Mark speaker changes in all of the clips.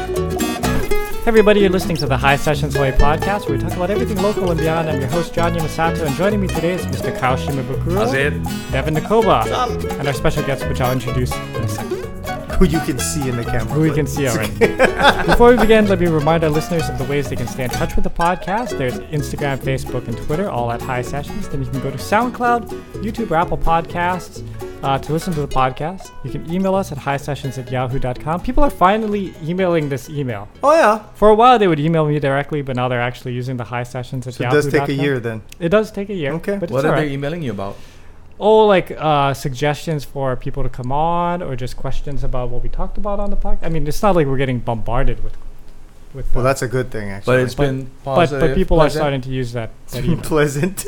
Speaker 1: Hey everybody, you're listening to the High Sessions Away podcast, where we talk about everything local and beyond. I'm your host, John Yamasato, and joining me today is Mr. Kyle Shimabukuro,
Speaker 2: How's it?
Speaker 1: Devin Nakoba, and our special guest, which I'll introduce in a second,
Speaker 3: Um, who you can see in the camera.
Speaker 1: who we can see already. Before we begin, let me remind our listeners of the ways they can stay in touch with the podcast. There's Instagram, Facebook, and Twitter, all at High Sessions. Then you can go to SoundCloud, YouTube, or Apple Podcasts uh, to listen to the podcast. You can email us at highsessions at yahoo.com. People are finally emailing this email.
Speaker 3: Oh yeah,
Speaker 1: For a while, they would email me directly, but now they're actually using the high sessions at
Speaker 3: so it
Speaker 1: Yahoo.
Speaker 3: does take a year then.
Speaker 1: It does take a year.
Speaker 3: Okay.
Speaker 1: but
Speaker 2: What
Speaker 1: it's
Speaker 2: are
Speaker 1: alright.
Speaker 2: they emailing you about?
Speaker 1: Oh, like uh, suggestions for people to come on, or just questions about what we talked about on the podcast. I mean, it's not like we're getting bombarded with, with.
Speaker 3: Well,
Speaker 1: uh,
Speaker 3: that's a good thing actually.
Speaker 2: But it's been
Speaker 1: but
Speaker 2: positive.
Speaker 1: but people
Speaker 2: pleasant.
Speaker 1: are starting to use that. that
Speaker 3: been
Speaker 1: email.
Speaker 3: pleasant.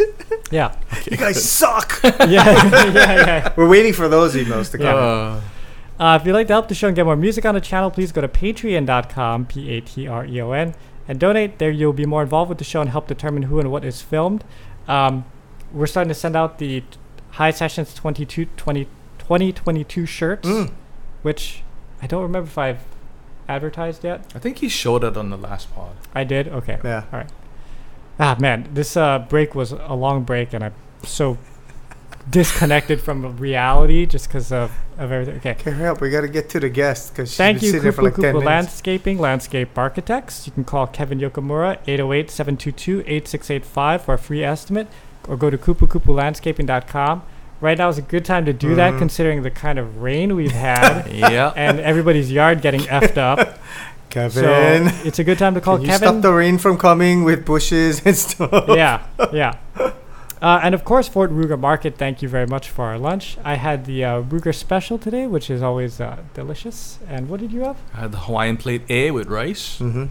Speaker 1: yeah.
Speaker 3: you guys suck.
Speaker 1: yeah, yeah, yeah.
Speaker 3: We're waiting for those emails to come.
Speaker 1: Yeah.
Speaker 2: Uh,
Speaker 1: Uh, if you'd like to help the show and get more music on the channel, please go to patreon.com, P A T R E O N, and donate. There you'll be more involved with the show and help determine who and what is filmed. Um, we're starting to send out the t- High Sessions 22, 20, 2022 shirts,
Speaker 3: Mm.
Speaker 1: which I don't remember if I've advertised yet.
Speaker 2: I think he showed it on the last pod.
Speaker 1: I did? Okay.
Speaker 3: Yeah.
Speaker 1: Ah, man, this uh, break was a long break, and I'm so disconnected from reality just because of, of everything. Okay.
Speaker 3: Can't help. We got to get to the guest because she's
Speaker 1: Thank
Speaker 3: been
Speaker 1: you,
Speaker 3: sitting there
Speaker 1: Kupu
Speaker 3: for like ten
Speaker 1: Kupu
Speaker 3: minutes.
Speaker 1: Landscaping, Landscape Architects. You can call Kevin oh Yokomura, 808-722-8685 for a free estimate, or go to kupukupulandscaping.com. Right now is a good time to do that,
Speaker 3: Mhm.
Speaker 1: considering the kind of rain we've had
Speaker 2: yeah.
Speaker 1: and everybody's yard getting effed up. so
Speaker 3: Kevin,
Speaker 1: it's a good time to call
Speaker 3: can you
Speaker 1: Kevin.
Speaker 3: stop the rain from coming with bushes and stuff?
Speaker 1: yeah, yeah. Uh, and of course, Fort Ruger Market, thank you very much for our lunch. I had the uh, Ruger Special today, which is always uh, delicious. And what did you have?
Speaker 2: I had the Hawaiian plate A with rice.
Speaker 3: Mm-hmm.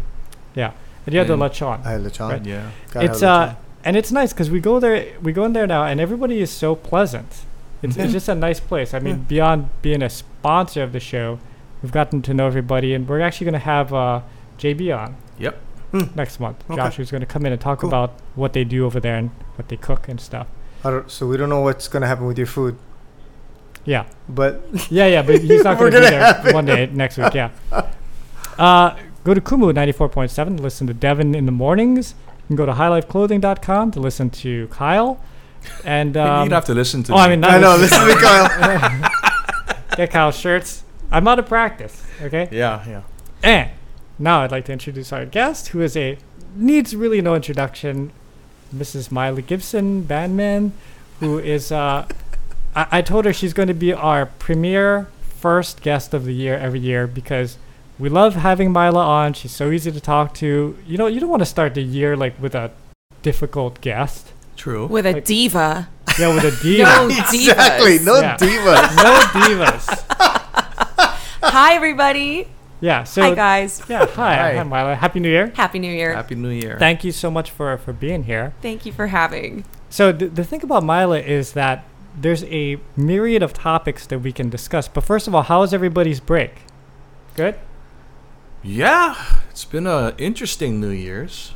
Speaker 1: And you had the
Speaker 3: Mm.
Speaker 2: And-
Speaker 1: lechon.
Speaker 3: I lechon.
Speaker 1: Right.
Speaker 2: Yeah.
Speaker 3: Gotta
Speaker 1: it's
Speaker 3: have
Speaker 1: uh and it's nice because we go there we go in there now and everybody is so pleasant it's, it's just a nice place i mean
Speaker 3: Yeah.
Speaker 1: beyond being a sponsor of the show we've gotten to know everybody and we're actually going to have uh, jb on
Speaker 2: Yep.
Speaker 3: Hmm.
Speaker 1: next month
Speaker 3: Okay.
Speaker 1: josh who's going to come in and talk
Speaker 3: Cool.
Speaker 1: about what they do over there and what they cook and stuff
Speaker 3: lechon. I don't- so we don't know what's gonna happen with your food,
Speaker 1: yeah
Speaker 3: but
Speaker 1: yeah yeah but he's not
Speaker 3: We're
Speaker 1: going to be
Speaker 3: gonna have
Speaker 1: there
Speaker 3: it.
Speaker 1: one day next week yeah uh, go to kumu 94.7 to listen to devin in the mornings you can go to highlifeclothing.com to listen to kyle and um,
Speaker 2: You'd have to listen to
Speaker 1: Oh, I mean, not
Speaker 3: I know.
Speaker 1: listen-
Speaker 3: Listen to Kyle.
Speaker 1: get Kyle's shirts. I'm out of practice. Okay.
Speaker 2: Yeah, yeah.
Speaker 1: And now I'd like to introduce our guest, who is a needs really no introduction, Mrs. Miley Gibson Bandman, who is. Uh, I, I told her she's going to be our premier first guest of the year every year because. We love having Mila on. She's so easy to talk to. You know, you don't want to start the year like with a difficult guest.
Speaker 2: True.
Speaker 4: with a
Speaker 1: Like-
Speaker 4: diva.
Speaker 1: Yeah, with a
Speaker 4: No
Speaker 1: diva.
Speaker 4: divas.
Speaker 3: exactly. No
Speaker 1: Yeah.
Speaker 3: divas.
Speaker 1: no divas.
Speaker 4: Hi, everybody.
Speaker 1: Yeah. So
Speaker 4: Hi, guys.
Speaker 1: yeah. Hi.
Speaker 2: Hi.
Speaker 1: Hi, Mila. Happy New Year.
Speaker 4: Happy New Year.
Speaker 2: Happy New Year.
Speaker 1: Thank you so much for for being here.
Speaker 4: Thank you for having.
Speaker 1: So th- the thing about Mila is that there's a myriad of topics that we can discuss. But first of all, how is everybody's break? Good.
Speaker 2: yeah. It's been a interesting New Year's.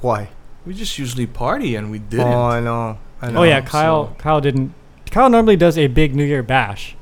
Speaker 3: Why?
Speaker 2: We just usually party and we didn't.
Speaker 3: Oh, I know. I know.
Speaker 1: oh yeah,
Speaker 2: so-
Speaker 1: Kyle. Kyle didn't. Kyle normally does a big New Year bash,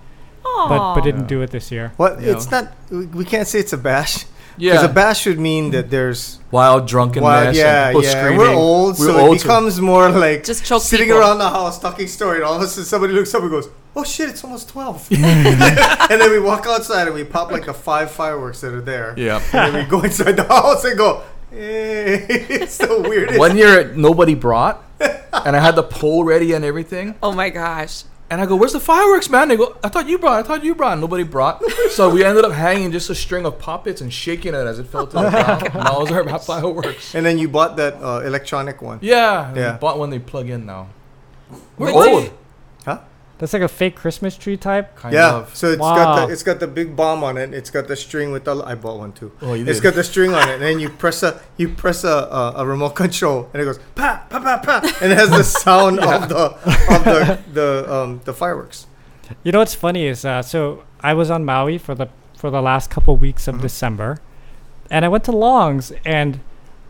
Speaker 4: Aww.
Speaker 1: but but didn't
Speaker 2: Yeah.
Speaker 1: do it this year.
Speaker 3: What?
Speaker 2: Yeah.
Speaker 3: It's not. We we can't say it's a bash. Because
Speaker 2: yeah.
Speaker 3: a bash should mean that there's
Speaker 2: Wild drunkenness.
Speaker 3: wild,
Speaker 2: and
Speaker 3: yeah,
Speaker 2: people
Speaker 3: yeah.
Speaker 2: Screaming.
Speaker 3: We're old,
Speaker 2: We're
Speaker 3: so
Speaker 2: old,
Speaker 3: it becomes more like
Speaker 4: Just choke
Speaker 3: sitting
Speaker 4: people.
Speaker 3: around the house talking story, and all of a sudden somebody looks up and goes, "Oh shit, it's almost 12. and then we walk outside and we pop like the five fireworks that are there,
Speaker 2: yeah.
Speaker 3: and then we go inside the house and go, "Hey, it's the weirdest."
Speaker 2: One year nobody brought, and I had the pole ready and everything.
Speaker 4: oh my gosh.
Speaker 2: And I go, "Where's the fireworks, man?" They go, "I thought you brought. I thought you brought." Nobody brought. So we ended up hanging just a string of poppets and shaking it as it fell to
Speaker 3: Oh
Speaker 2: the ground. And that was our fireworks.
Speaker 3: And then you bought that uh, electronic one,
Speaker 2: Yeah, and we
Speaker 3: Yeah.
Speaker 2: Bought one they plug in now. We're
Speaker 4: Wait,
Speaker 2: old,
Speaker 4: wait.
Speaker 3: huh?
Speaker 1: That's like a fake Christmas tree type.
Speaker 2: kind
Speaker 3: Yeah.
Speaker 2: of.
Speaker 3: So it's
Speaker 1: Wow.
Speaker 3: got the, it's got the big bomb on it. It's got the string with the. I bought one too.
Speaker 2: Oh, you
Speaker 3: It's
Speaker 2: did.
Speaker 3: got the string on it, and then you press a you press a a, a remote control, and it goes pa pa pa pa, and it has the sound of the of the the um the fireworks.
Speaker 1: You know what's funny is uh, so I was on Maui for the for the last couple weeks of December, and I went to Long's and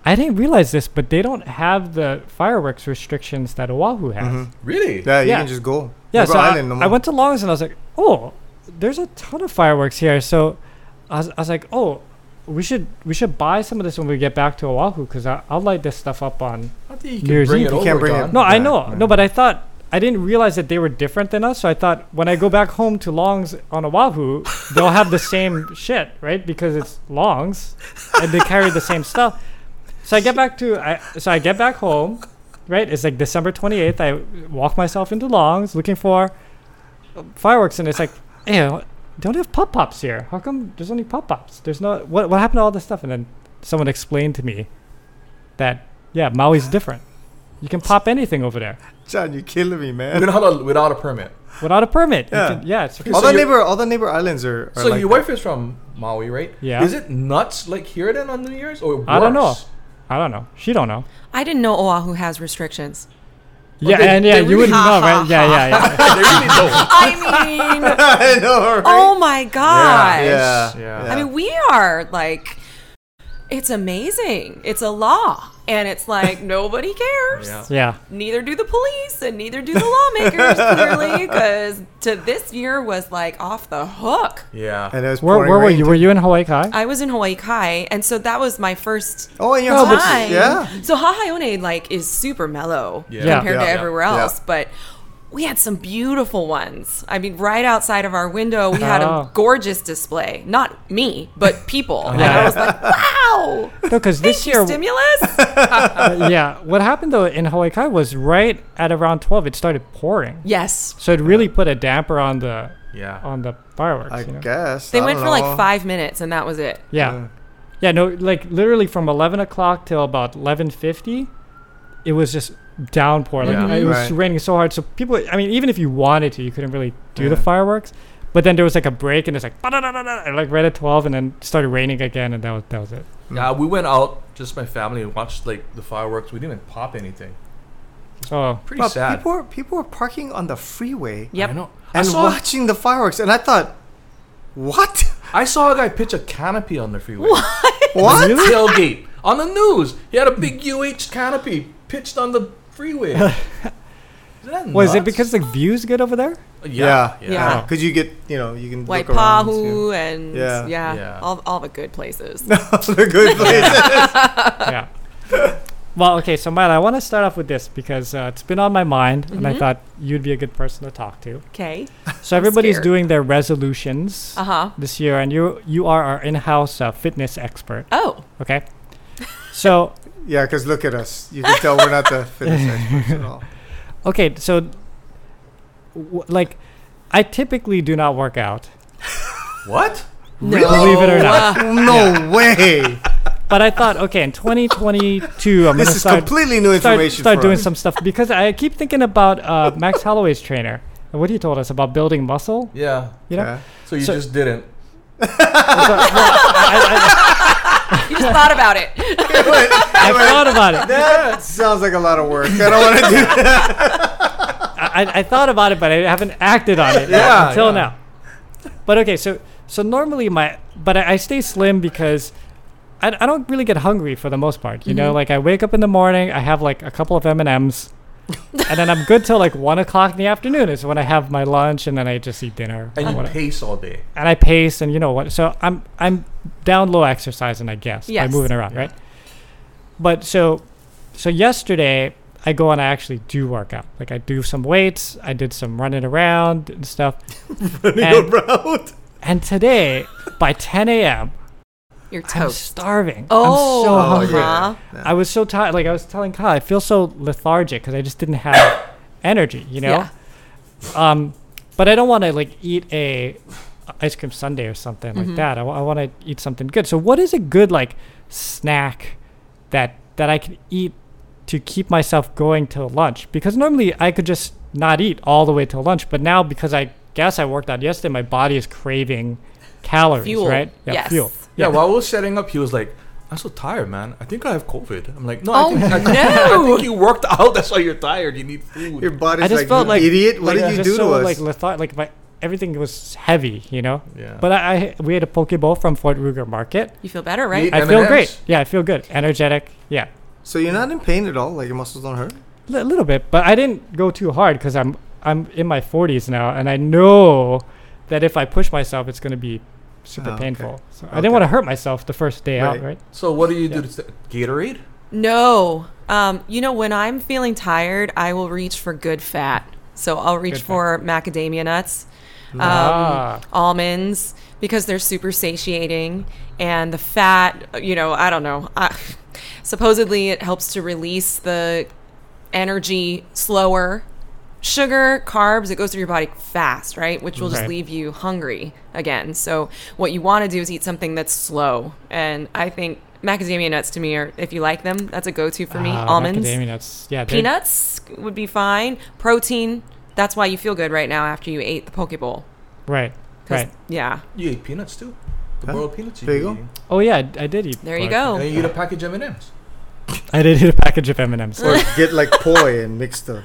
Speaker 1: I didn't realize this, but they don't have the fireworks restrictions that Oahu has.
Speaker 3: Mhm.
Speaker 2: really?
Speaker 3: Yeah, you
Speaker 1: Yeah.
Speaker 3: can just go.
Speaker 1: yeah,
Speaker 3: Rhode
Speaker 1: so I,
Speaker 3: Island, no
Speaker 1: I
Speaker 3: more.
Speaker 1: went to Long's and I was like, oh, there's a ton of fireworks here. So I was, I was like, oh, we should we should buy some of this when we get back to Oahu because I'll light this stuff up on.
Speaker 2: I think you
Speaker 1: New
Speaker 2: can
Speaker 1: Year's
Speaker 2: bring
Speaker 1: Eve.
Speaker 2: it
Speaker 3: You
Speaker 2: over.
Speaker 3: can't bring it.
Speaker 2: Don.
Speaker 1: No, I
Speaker 3: Yeah,
Speaker 1: know,
Speaker 3: yeah.
Speaker 1: no, but I thought I didn't realize that they were different than us. So I thought when I go back home to Long's on Oahu, they'll have the same shit, right? Because it's Long's, and they carry the same stuff. So I get back to I so I get back home, right? It's like December twenty eighth. I walk myself into Long's looking for fireworks, and it's like, hey, wh- don't have pop pops here. How come there's only pop pops? There's no what what happened to all this stuff? And then someone explained to me that yeah, Maui's different. You can pop anything over there
Speaker 3: John, you're killing me, man.
Speaker 2: Without a, without a permit.
Speaker 1: without a permit. You
Speaker 3: Yeah.
Speaker 1: can- yeah, it's
Speaker 2: So
Speaker 3: All the
Speaker 2: you're-
Speaker 3: neighbor, all the neighbor islands are. are
Speaker 2: So
Speaker 3: like
Speaker 2: your
Speaker 3: that.
Speaker 2: wife is from Maui, right?
Speaker 1: Yeah.
Speaker 2: Is it nuts like here then on New Year's or worse?
Speaker 1: I don't know. I don't know. She don't know.
Speaker 4: I didn't know Oahu has restrictions.
Speaker 1: Yeah,
Speaker 2: they-
Speaker 1: and yeah,
Speaker 2: they
Speaker 1: you
Speaker 2: really-
Speaker 1: wouldn't know, right? Yeah, yeah, yeah.
Speaker 2: they really don't.
Speaker 4: I mean,
Speaker 3: I know, right?
Speaker 4: oh my gosh.
Speaker 3: yeah,
Speaker 2: Yeah.
Speaker 3: yeah.
Speaker 4: I mean, we are like, it's amazing. It's a law. And it's like, nobody cares.
Speaker 2: Yeah.
Speaker 1: yeah.
Speaker 4: Neither do the police and neither do the lawmakers, clearly, because to this year was like off the hook.
Speaker 2: Yeah.
Speaker 3: and it was
Speaker 1: Where,
Speaker 3: pouring
Speaker 1: where were
Speaker 3: rain
Speaker 1: you?
Speaker 3: too.
Speaker 1: Were you in Hawaii Kai?
Speaker 4: I was in Hawaii Kai, and so that was my first
Speaker 3: Oh, and your
Speaker 1: No, but-
Speaker 3: house,
Speaker 4: time.
Speaker 3: yeah.
Speaker 4: So Hahayone like is super mellow
Speaker 2: Yeah.
Speaker 1: Yeah.
Speaker 4: compared
Speaker 3: Yeah.
Speaker 4: to everywhere
Speaker 3: Yeah.
Speaker 4: else, but we had some beautiful ones. I mean, right outside of our window, we had
Speaker 1: Oh.
Speaker 4: a gorgeous display. Not me, but people. And
Speaker 1: Yeah.
Speaker 4: I was like, wow,
Speaker 1: No, because this year,
Speaker 4: stimulus.
Speaker 1: uh, yeah, what happened though in Hawaii Kai was right at around twelve, it started pouring,
Speaker 4: yes,
Speaker 1: so it really put a damper on the
Speaker 2: Yeah.
Speaker 1: on the fireworks.
Speaker 3: I
Speaker 1: you know?
Speaker 3: guess
Speaker 4: they
Speaker 3: I
Speaker 4: went
Speaker 3: don't
Speaker 4: for
Speaker 3: know. Hmm.
Speaker 4: like five minutes, and that was it.
Speaker 1: Yeah. Yeah, no, like literally from eleven o'clock till about eleven fifty, it was just downpour. Like
Speaker 2: Yeah.
Speaker 1: it was
Speaker 3: Right.
Speaker 1: raining so hard. So people, I mean, even if you wanted to, you couldn't really do the
Speaker 3: Yeah.
Speaker 1: fireworks. But then there was like a break, and it's like "Ba-da-da-da-da," and, like right at twelve, and then it started raining again, and that was that was it.
Speaker 2: Yeah. We went out just my family and watched like the fireworks. We didn't even pop anything.
Speaker 1: Oh,
Speaker 2: Pretty
Speaker 3: But
Speaker 2: sad.
Speaker 3: people were people were parking on the freeway
Speaker 4: Yep.
Speaker 2: I know. I
Speaker 3: and
Speaker 2: saw
Speaker 3: watching the fireworks, and I thought, what?
Speaker 2: I saw a guy pitch a canopy on the freeway.
Speaker 3: What?
Speaker 1: Really?
Speaker 2: Tailgate on the news. He had a big UH canopy pitched on the freeway. Isn't that
Speaker 1: was it
Speaker 2: nuts?
Speaker 1: because the view's good over there?
Speaker 2: Yeah.
Speaker 3: Yeah.
Speaker 4: Yeah.
Speaker 1: Oh.
Speaker 3: Because you get, you know, you can look around.
Speaker 4: Waipahu and
Speaker 3: Yeah.
Speaker 4: yeah,
Speaker 2: Yeah.
Speaker 4: All, all the good places.
Speaker 3: too. the good places.
Speaker 1: yeah. Well, okay, so Mila, I want to start off with this because uh, it's been on my mind, and I thought you'd be a good person to talk to.
Speaker 4: Okay.
Speaker 1: So everybody's
Speaker 4: scared.
Speaker 1: doing their resolutions
Speaker 4: Uh huh.
Speaker 1: this year, and you you are our in-house uh, fitness expert.
Speaker 4: Oh,
Speaker 1: Okay. So,
Speaker 3: yeah, because look at us. You can tell we're not the fittest experts at all.
Speaker 1: okay, so w- like I typically do not work out,
Speaker 2: What?
Speaker 4: no.
Speaker 1: believe it or not.
Speaker 4: Uh,
Speaker 3: No way.
Speaker 1: But I thought, okay, in 2022 I'm going
Speaker 3: This
Speaker 1: to
Speaker 3: is
Speaker 1: start
Speaker 3: completely new
Speaker 1: start,
Speaker 3: information
Speaker 1: start
Speaker 3: for
Speaker 1: doing
Speaker 3: us.
Speaker 1: some stuff because I keep thinking about uh, Max Holloway's trainer and what he told us about building muscle,
Speaker 2: Yeah.
Speaker 1: you know?
Speaker 3: Yeah.
Speaker 2: So you
Speaker 1: So-
Speaker 2: just didn't.
Speaker 1: I,
Speaker 4: you just thought about it.
Speaker 1: I, I thought about it.
Speaker 3: That sounds like a lot of work. I don't want to do that.
Speaker 1: I, I thought about it, but I haven't acted on it
Speaker 2: Yeah,
Speaker 1: until
Speaker 2: yeah.
Speaker 1: now. But okay, so so normally my but I, I stay slim because I, I don't really get hungry for the most part. You
Speaker 2: Mm-hmm.
Speaker 1: know, like I wake up in the morning, I have like a couple of M and M's, and then I'm good till like one o'clock in the afternoon is when I have my lunch, and then I just eat dinner.
Speaker 2: And
Speaker 1: or
Speaker 2: you
Speaker 1: whatever.
Speaker 2: pace all day.
Speaker 1: and I pace and you know what. So I'm I'm down low exercising, I guess,
Speaker 4: Yes.
Speaker 1: by moving around,
Speaker 2: Yeah.
Speaker 1: right? But so so yesterday I go and I actually do work out. Like I do some weights, I did some running around and stuff. and,
Speaker 3: route.
Speaker 1: and today by 10 a.m.
Speaker 4: You're
Speaker 1: I'm
Speaker 4: toast.
Speaker 1: starving.
Speaker 4: Oh,
Speaker 1: I'm so hungry.
Speaker 4: uh-huh.
Speaker 1: I was so tired. Like I was telling Kyle, I feel so lethargic because I just didn't have energy. You know.
Speaker 4: Yeah.
Speaker 1: Um, but I don't want to like eat a ice cream sundae or something
Speaker 4: Mm-hmm.
Speaker 1: like that. I, want to eat something good. So what is a good like snack that that I can eat to keep myself going till lunch? Because normally I could just not eat all the way till lunch, but now because I guess I worked out yesterday, my body is craving calories,
Speaker 4: Fuel.
Speaker 1: right? Yeah,
Speaker 4: Yes.
Speaker 1: fuel.
Speaker 2: Yeah, while we were setting up, he was like, I'm so tired, man. I think I have COVID. I'm like, no, I,
Speaker 4: Oh,
Speaker 2: think, I, think- I think you worked out. That's why you're tired. You need food.
Speaker 3: Your body's
Speaker 1: I just
Speaker 3: like,
Speaker 1: felt
Speaker 3: "You
Speaker 1: like
Speaker 3: idiot. What
Speaker 1: like,
Speaker 3: did you
Speaker 1: just
Speaker 3: do
Speaker 1: so,
Speaker 3: to us?
Speaker 1: Like lethar- like my everything was heavy, you know.
Speaker 2: Yeah.
Speaker 1: But I, I we had a poke bowl from Fort Ruger Market.
Speaker 4: You feel better, right?
Speaker 2: Yeah.
Speaker 1: I feel
Speaker 2: M&Ms.
Speaker 1: great. Yeah, I feel good. Energetic. Yeah,
Speaker 3: so you're not in pain at all? Like your muscles don't hurt?
Speaker 1: a little bit, but I didn't go too hard because I'm I'm in my 40s now, and I know that if I push myself, it's going to be super
Speaker 3: Ah, okay.
Speaker 1: painful. So I
Speaker 3: Okay.
Speaker 1: didn't want to hurt myself the first day out,
Speaker 3: Right.
Speaker 1: right?
Speaker 2: So what do you do?
Speaker 1: Yeah.
Speaker 2: To st- Gatorade.
Speaker 4: No. Um, you know, when I'm feeling tired, I will reach for good fat. So I'll reach
Speaker 1: Good fat.
Speaker 4: for macadamia nuts, um,
Speaker 1: Ah.
Speaker 4: almonds, because they're super satiating. And the fat, you know, I don't know. I, supposedly, it helps to release the energy slower. Sugar, carbs, it goes through your body fast, right? Which will just
Speaker 1: Right.
Speaker 4: leave you hungry again. So, what you want to do is eat something that's slow. And I think macadamia nuts to me are, if you like them, that's a go to for me.
Speaker 1: Ah,
Speaker 4: Almonds,
Speaker 1: macadamia nuts. Yeah, they're-
Speaker 4: peanuts would be fine. Protein, that's why you feel good right now after you ate the poke bowl.
Speaker 1: Right,
Speaker 4: 'Cause-
Speaker 1: right.
Speaker 4: Yeah.
Speaker 2: You eat peanuts too. The
Speaker 3: Huh?
Speaker 2: boiled peanuts. You
Speaker 3: There
Speaker 2: there
Speaker 3: you go.
Speaker 1: Oh yeah, I, I did eat.
Speaker 4: There you
Speaker 1: pork.
Speaker 4: go.
Speaker 2: And you eat a package of M&Ms.
Speaker 1: I did eat a package of
Speaker 4: Mm.
Speaker 1: M&Ms.
Speaker 3: Or get like poi and mix the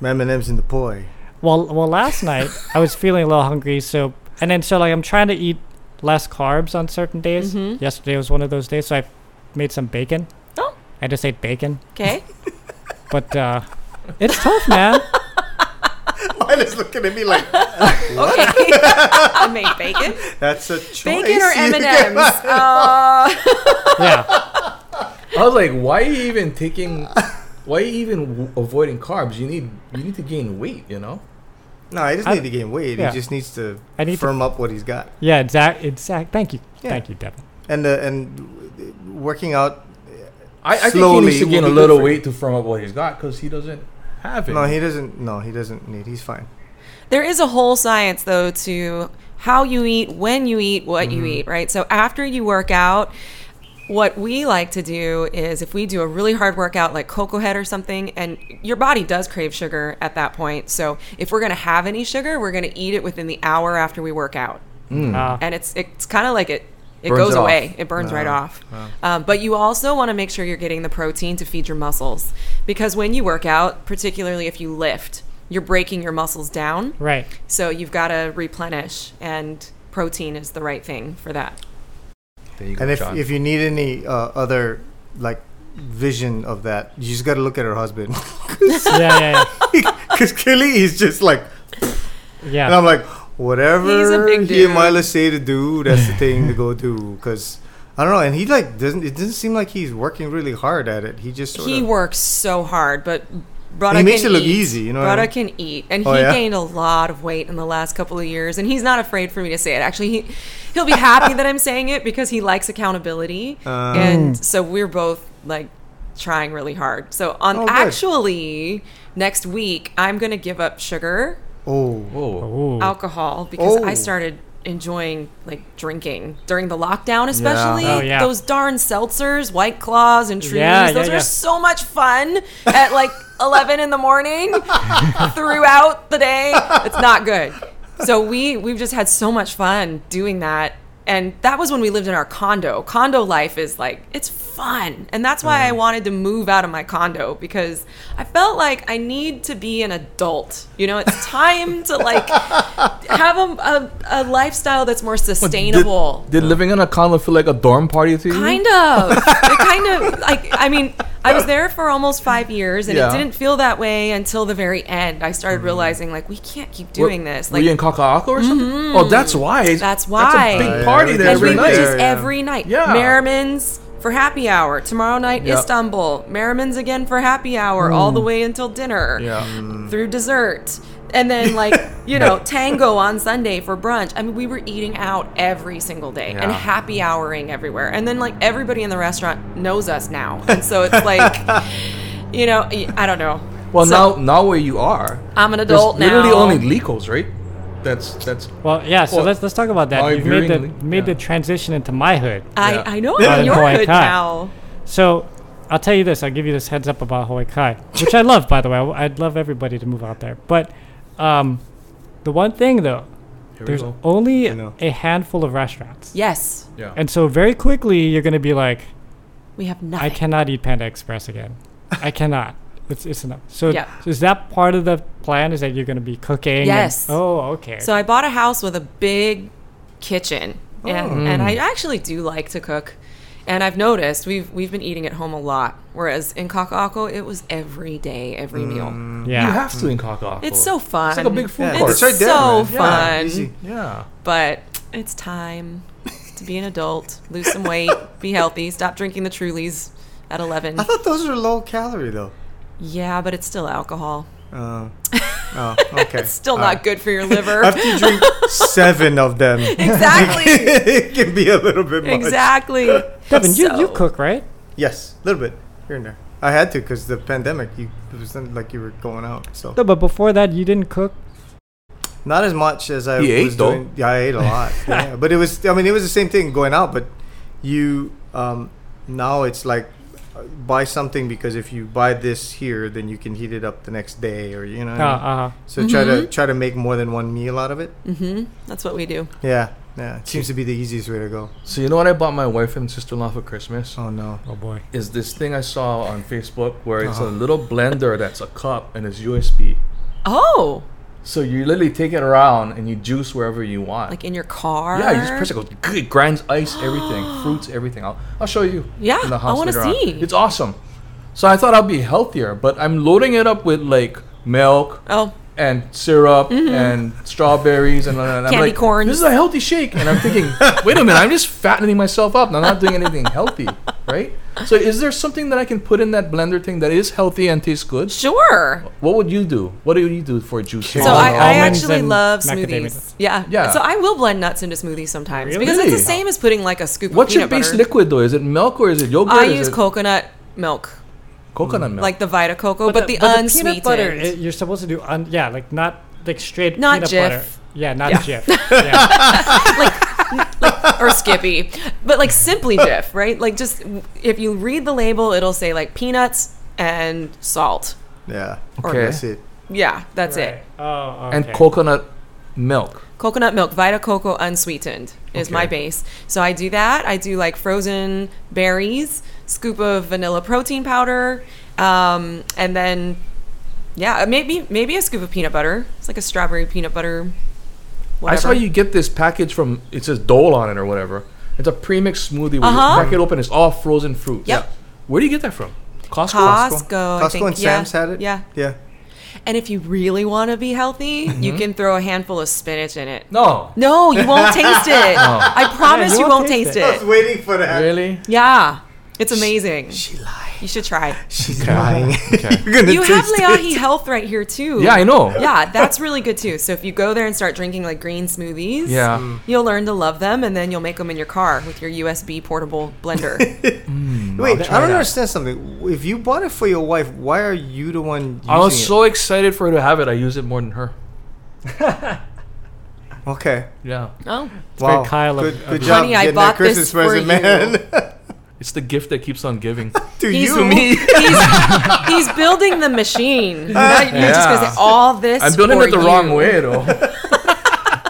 Speaker 3: M&Ms in the poi.
Speaker 1: Well, well, last night I was feeling a little hungry, so and then so like I'm trying to eat less carbs on certain days.
Speaker 4: Mhm.
Speaker 1: Yesterday was one of those days, so I made some bacon.
Speaker 4: Oh.
Speaker 1: I just ate bacon,
Speaker 4: Okay.
Speaker 1: but uh, it's tough, man.
Speaker 3: Mine is looking at me like
Speaker 4: okay. I made bacon.
Speaker 3: that's a choice.
Speaker 4: Bacon or
Speaker 3: you
Speaker 4: M and
Speaker 3: get."
Speaker 4: M's? Uh,
Speaker 1: yeah,
Speaker 2: I was like, why are you even taking? Why are you even w- avoiding carbs? You need you need to gain weight. You know.
Speaker 3: No, I just
Speaker 1: I-
Speaker 3: need to gain weight.
Speaker 1: yeah.
Speaker 3: He just needs to
Speaker 1: I need to-
Speaker 3: firm up what he's got.
Speaker 1: yeah, exact, exact. Thank you,
Speaker 3: Yeah.
Speaker 1: thank you, Devin.
Speaker 3: And uh, and working out.
Speaker 2: I, I think he
Speaker 3: Slowly
Speaker 2: needs to
Speaker 3: will
Speaker 2: gain a
Speaker 3: be good
Speaker 2: little
Speaker 3: for
Speaker 2: weight to firm up what he's got because he doesn't have it.
Speaker 3: No, he doesn't. No, he doesn't need. He's fine.
Speaker 4: there is a whole science though to how you eat, when you eat, what you eat, right? So after you work out, what we like to do is if we do a really hard workout like cocoa head or something and your body does crave sugar at that point. So if we're going to have any sugar, we're going to eat it within the hour after we work out.
Speaker 2: Hmm.
Speaker 1: Uh,
Speaker 4: and it's it's kind of like it it
Speaker 2: Burns
Speaker 4: goes
Speaker 2: it off.
Speaker 4: away it burns right off um, but you also want to make sure you're getting the protein to feed your muscles because when you work out particularly if you lift you're breaking your muscles down
Speaker 1: right.
Speaker 4: so you've got to replenish and protein is the right thing for that
Speaker 2: There you go,
Speaker 3: And if
Speaker 2: John.
Speaker 3: if you need any uh, other like vision of that, you just got to look at her husband
Speaker 1: Yeah, yeah,
Speaker 3: because clearly he's just like.
Speaker 1: yeah.
Speaker 3: And
Speaker 2: Um,
Speaker 1: yeah.
Speaker 3: I'm like, whatever
Speaker 4: He's a big
Speaker 3: he and
Speaker 4: dude.
Speaker 3: Mila say to do, that's the thing to go do. Because I don't know, and he like doesn't. It doesn't seem like he's working really hard at it. He just sort
Speaker 4: he
Speaker 3: of.
Speaker 4: works so hard but
Speaker 3: he
Speaker 4: Brada
Speaker 3: makes
Speaker 4: can
Speaker 3: it look
Speaker 4: eat.
Speaker 3: easy, you know. what I
Speaker 4: Brada
Speaker 3: mean?
Speaker 4: can eat, and he
Speaker 3: Oh, yeah?
Speaker 4: gained a lot of weight in the last couple of years, and he's not afraid for me to say it. Actually, he he'll be happy that I'm saying it because he likes accountability,
Speaker 3: Ah.
Speaker 4: and so we're both like trying really hard. So on
Speaker 3: Oh, good.
Speaker 4: actually next week, I'm gonna give up sugar,
Speaker 3: Oh,
Speaker 2: Whoa.
Speaker 1: Ooh.
Speaker 4: alcohol because I
Speaker 3: Oh.
Speaker 4: started enjoying like drinking during the lockdown especially
Speaker 1: Oh, yeah.
Speaker 4: those darn seltzers white claws and trees
Speaker 1: Yeah,
Speaker 4: those
Speaker 1: yeah,
Speaker 4: are
Speaker 1: yeah.
Speaker 4: so much fun at like 11 in the morning throughout the day it's not good so we we've just had so much fun doing that and that was when we lived in our condo condo life is like it's fun and that's why i wanted to move out of my condo because i felt like i need to be an adult you know it's time to like have a, a, a lifestyle that's more sustainable
Speaker 2: Did living in a condo feel like a dorm party to you?
Speaker 4: Kind of. it kind of like I mean, I was there for almost five years, and
Speaker 2: Yeah. Mm-hmm.
Speaker 4: it didn't feel that way until the very end. I started realizing like we can't keep
Speaker 2: Were-
Speaker 4: doing this.
Speaker 2: were you
Speaker 4: Like, Mm-hmm.
Speaker 2: in Kaka'ako or something? Oh, that's why. It's-
Speaker 4: That's why.
Speaker 2: That's a
Speaker 4: Oh,
Speaker 2: big
Speaker 4: yeah,
Speaker 2: party
Speaker 3: we
Speaker 2: there
Speaker 3: did
Speaker 4: and
Speaker 2: every
Speaker 4: we
Speaker 2: night.
Speaker 4: were just
Speaker 3: Yeah, yeah.
Speaker 4: every night.
Speaker 2: Yeah.
Speaker 4: Merriman's for happy hour tomorrow night.
Speaker 2: Yeah. Mm.
Speaker 4: Istanbul. Merriman's again for happy hour all the way until dinner.
Speaker 2: yeah.
Speaker 4: Through dessert. And then, like, you know, tango on Sunday for brunch. I mean, we were eating out every single day and
Speaker 2: Yeah.
Speaker 4: happy houring everywhere. And then, like, everybody in the restaurant knows us now. And so it's like, you know, y- I don't know.
Speaker 2: Well,
Speaker 4: So,
Speaker 2: now now where you are,
Speaker 4: I'm an
Speaker 2: there's
Speaker 4: adult
Speaker 2: literally
Speaker 4: now.
Speaker 2: only Licos, right? That's that's.
Speaker 1: Well, yeah. So
Speaker 2: Well,
Speaker 1: let's let's talk about that.
Speaker 2: I
Speaker 1: You've made the
Speaker 2: agree,
Speaker 1: made the
Speaker 2: yeah.
Speaker 1: transition into my hood.
Speaker 4: I,
Speaker 2: Yeah.
Speaker 4: I know
Speaker 1: Yeah.
Speaker 4: I'm your
Speaker 1: Boy,
Speaker 4: hood
Speaker 1: God.
Speaker 4: now.
Speaker 1: So I'll tell you this. I'll give you this heads up about Hawaii Kai, which I love, by the way. I- I'd love everybody to move out there. But um, the one thing, though,
Speaker 2: Here
Speaker 1: there's
Speaker 2: we go.
Speaker 1: only
Speaker 3: I know.
Speaker 1: a handful of restaurants.
Speaker 4: Yes,
Speaker 2: Yeah.
Speaker 1: And so very quickly, you're going to be like,
Speaker 4: we have
Speaker 1: I
Speaker 4: nothing.
Speaker 1: cannot eat Panda Express again. I cannot. It's, it's enough. So
Speaker 4: Yeah.
Speaker 1: is that part of the plan? Is that you're going to be cooking? and-
Speaker 4: Yes.
Speaker 1: oh, okay.
Speaker 4: So I bought
Speaker 3: Oh. Hmm.
Speaker 4: a house with a big kitchen, and, and I actually do like to cook. And I've noticed we've we've been eating at home a lot, whereas in Kakako it was every day, every meal.
Speaker 2: You
Speaker 1: Yeah.
Speaker 2: have to in Kakako.
Speaker 4: It's so fun.
Speaker 2: It's like a big food
Speaker 3: Yeah,
Speaker 2: court.
Speaker 3: Hmm. it's right there. man.
Speaker 4: so fun.
Speaker 3: Yeah, easy.
Speaker 2: Yeah.
Speaker 4: But it's time to be an adult, lose some weight, be healthy, stop drinking the Trulies at eleven.
Speaker 3: I thought those were low calorie though.
Speaker 4: Yeah, but it's still alcohol.
Speaker 3: Uh, oh, okay.
Speaker 4: It's still
Speaker 3: All
Speaker 4: not
Speaker 3: right.
Speaker 4: good for your liver.
Speaker 3: After you drink seven of them,
Speaker 4: exactly.
Speaker 3: it can be a little bit much.
Speaker 4: exactly.
Speaker 1: Devin, you, you
Speaker 4: So-
Speaker 1: cook, right?
Speaker 3: Yes, a little bit here and there. I had to because the pandemic. You it was not like you were going out, so
Speaker 1: No, but before that, you didn't cook.
Speaker 3: not as much as I
Speaker 2: He ate,
Speaker 3: was
Speaker 2: though.
Speaker 3: doing. Yeah, I ate a lot. yeah, but it was. I mean, it was the same thing going out. But you um, now it's like uh, buy something because if you buy this here, then you can heat it up the next day, or you know. what
Speaker 1: Uh,
Speaker 3: I
Speaker 2: Ah,
Speaker 3: mean?
Speaker 1: uh,
Speaker 3: So try
Speaker 4: Mm-hmm.
Speaker 3: to try to make more than one meal out of it.
Speaker 4: hmm That's what we do.
Speaker 3: Yeah, yeah. It seems to be the easiest way to go.
Speaker 2: So you know what I bought my wife and sister-in-law for Christmas?
Speaker 3: Oh no.
Speaker 1: oh boy.
Speaker 2: Is this thing I saw on Facebook where it's a
Speaker 3: Uh-huh.
Speaker 2: little blender that's a cup and it's USB.
Speaker 4: Oh,
Speaker 2: So you literally take it around and you juice wherever you want.
Speaker 4: like in your car?
Speaker 2: yeah, you just press it. Goes, good, it grinds ice, everything, fruits, everything. I'll, I'll show you.
Speaker 4: Yeah,
Speaker 2: in the
Speaker 4: I
Speaker 2: house
Speaker 4: wanna
Speaker 2: later on.
Speaker 4: see.
Speaker 2: It's awesome. So I thought I'd be healthier, but I'm loading it up with like milk
Speaker 4: Oh,
Speaker 2: and syrup and strawberries and, and I'm
Speaker 4: Mm-hmm. Candy
Speaker 2: like,
Speaker 4: corns.
Speaker 2: This is a healthy shake, and I'm thinking, wait a minute, I'm just fattening myself up. and I'm not doing anything healthy, right? So is there something that I can put in that blender thing that is healthy and tastes good?
Speaker 4: sure.
Speaker 2: What would you do? What do you do for juice?
Speaker 4: So
Speaker 1: Almond-
Speaker 4: I, I
Speaker 1: almonds
Speaker 4: actually
Speaker 1: and
Speaker 4: love
Speaker 1: macadamia
Speaker 4: smoothies.
Speaker 1: nuts.
Speaker 4: Yeah.
Speaker 2: Yeah.
Speaker 4: So I will blend nuts into smoothies sometimes
Speaker 1: Really?
Speaker 4: because it's the
Speaker 2: Really?
Speaker 4: same as putting like a scoop
Speaker 2: What's
Speaker 4: of
Speaker 2: your
Speaker 4: peanut
Speaker 2: base
Speaker 4: butter.
Speaker 2: liquid though? Is it milk or is it yogurt?
Speaker 4: I
Speaker 2: Is
Speaker 4: use
Speaker 2: it
Speaker 4: coconut milk,
Speaker 2: coconut milk.
Speaker 4: like the Vita Coco, Oh, but, the,
Speaker 1: peanut
Speaker 4: unsweetened.
Speaker 1: butter, i- you're supposed to do un, yeah, like not like straight
Speaker 4: Not
Speaker 1: peanut
Speaker 4: Jif.
Speaker 1: butter. Yeah, not
Speaker 4: Yeah.
Speaker 1: Jif. Yeah.
Speaker 4: or Skippy, but like simply Jif, right? Like just if you read the label, it'll say like peanuts and salt.
Speaker 3: Yeah.
Speaker 4: Okay.
Speaker 3: That's it.
Speaker 4: Yeah, that's it.
Speaker 1: Right. Oh, okay.
Speaker 2: and coconut milk.
Speaker 4: Coconut milk, Vita Coco unsweetened is my
Speaker 2: Okay.
Speaker 4: base. So I do that. I do like frozen berries, scoop of vanilla protein powder, um, and then yeah, maybe maybe a scoop of peanut butter. It's like a strawberry peanut butter.
Speaker 2: I saw
Speaker 4: whatever.
Speaker 2: you get this package from it says Dole on it or whatever. It's a premix smoothie. Where
Speaker 4: Uh-huh.
Speaker 2: you crack it open, it's all frozen fruit.
Speaker 4: Yep.
Speaker 2: Where do you get that from? Costco.
Speaker 4: Costco. Oh, I
Speaker 3: Costco
Speaker 4: think.
Speaker 3: and
Speaker 4: Yeah,
Speaker 3: Sam's had it.
Speaker 4: Yeah.
Speaker 3: Yeah.
Speaker 4: And if you really want to be healthy, you can throw a handful of spinach in it.
Speaker 2: No.
Speaker 4: Mm-hmm. No, you won't taste it. I promise
Speaker 1: Yeah,
Speaker 4: you won't taste
Speaker 3: I was
Speaker 4: it.
Speaker 3: waiting for that.
Speaker 2: Really?
Speaker 4: Yeah. It's amazing. She lied. You should try.
Speaker 3: She's lying. You're gonna
Speaker 4: You have
Speaker 3: taste it.
Speaker 4: Leahi Health right here too.
Speaker 2: Yeah, I know.
Speaker 4: Yeah, that's really good too. So if you go there and start drinking like green smoothies,
Speaker 2: Yeah.
Speaker 3: Mm,
Speaker 4: you'll learn to love them, and then you'll make them in your car with your USB portable blender.
Speaker 3: Wait, I don't
Speaker 2: that.
Speaker 3: understand something. If you bought it for your wife, why are you the one using
Speaker 2: I was
Speaker 3: it?
Speaker 2: so excited for her to have it. I use it more than her.
Speaker 3: Okay.
Speaker 2: Yeah.
Speaker 4: oh,
Speaker 1: very Kyle of-
Speaker 3: good,
Speaker 1: of
Speaker 3: good
Speaker 1: you.
Speaker 3: job
Speaker 4: Honey, I
Speaker 3: getting
Speaker 4: bought
Speaker 3: that Christmas
Speaker 4: this for
Speaker 3: present,
Speaker 4: you.
Speaker 3: man.
Speaker 2: It's the gift that keeps on giving.
Speaker 3: to
Speaker 4: he's
Speaker 3: you, me.
Speaker 4: he's, he's building the machine. Now You're just gonna
Speaker 2: Yeah.
Speaker 4: say all this.
Speaker 2: I'm building
Speaker 4: for
Speaker 2: it the
Speaker 4: you."
Speaker 2: wrong way though.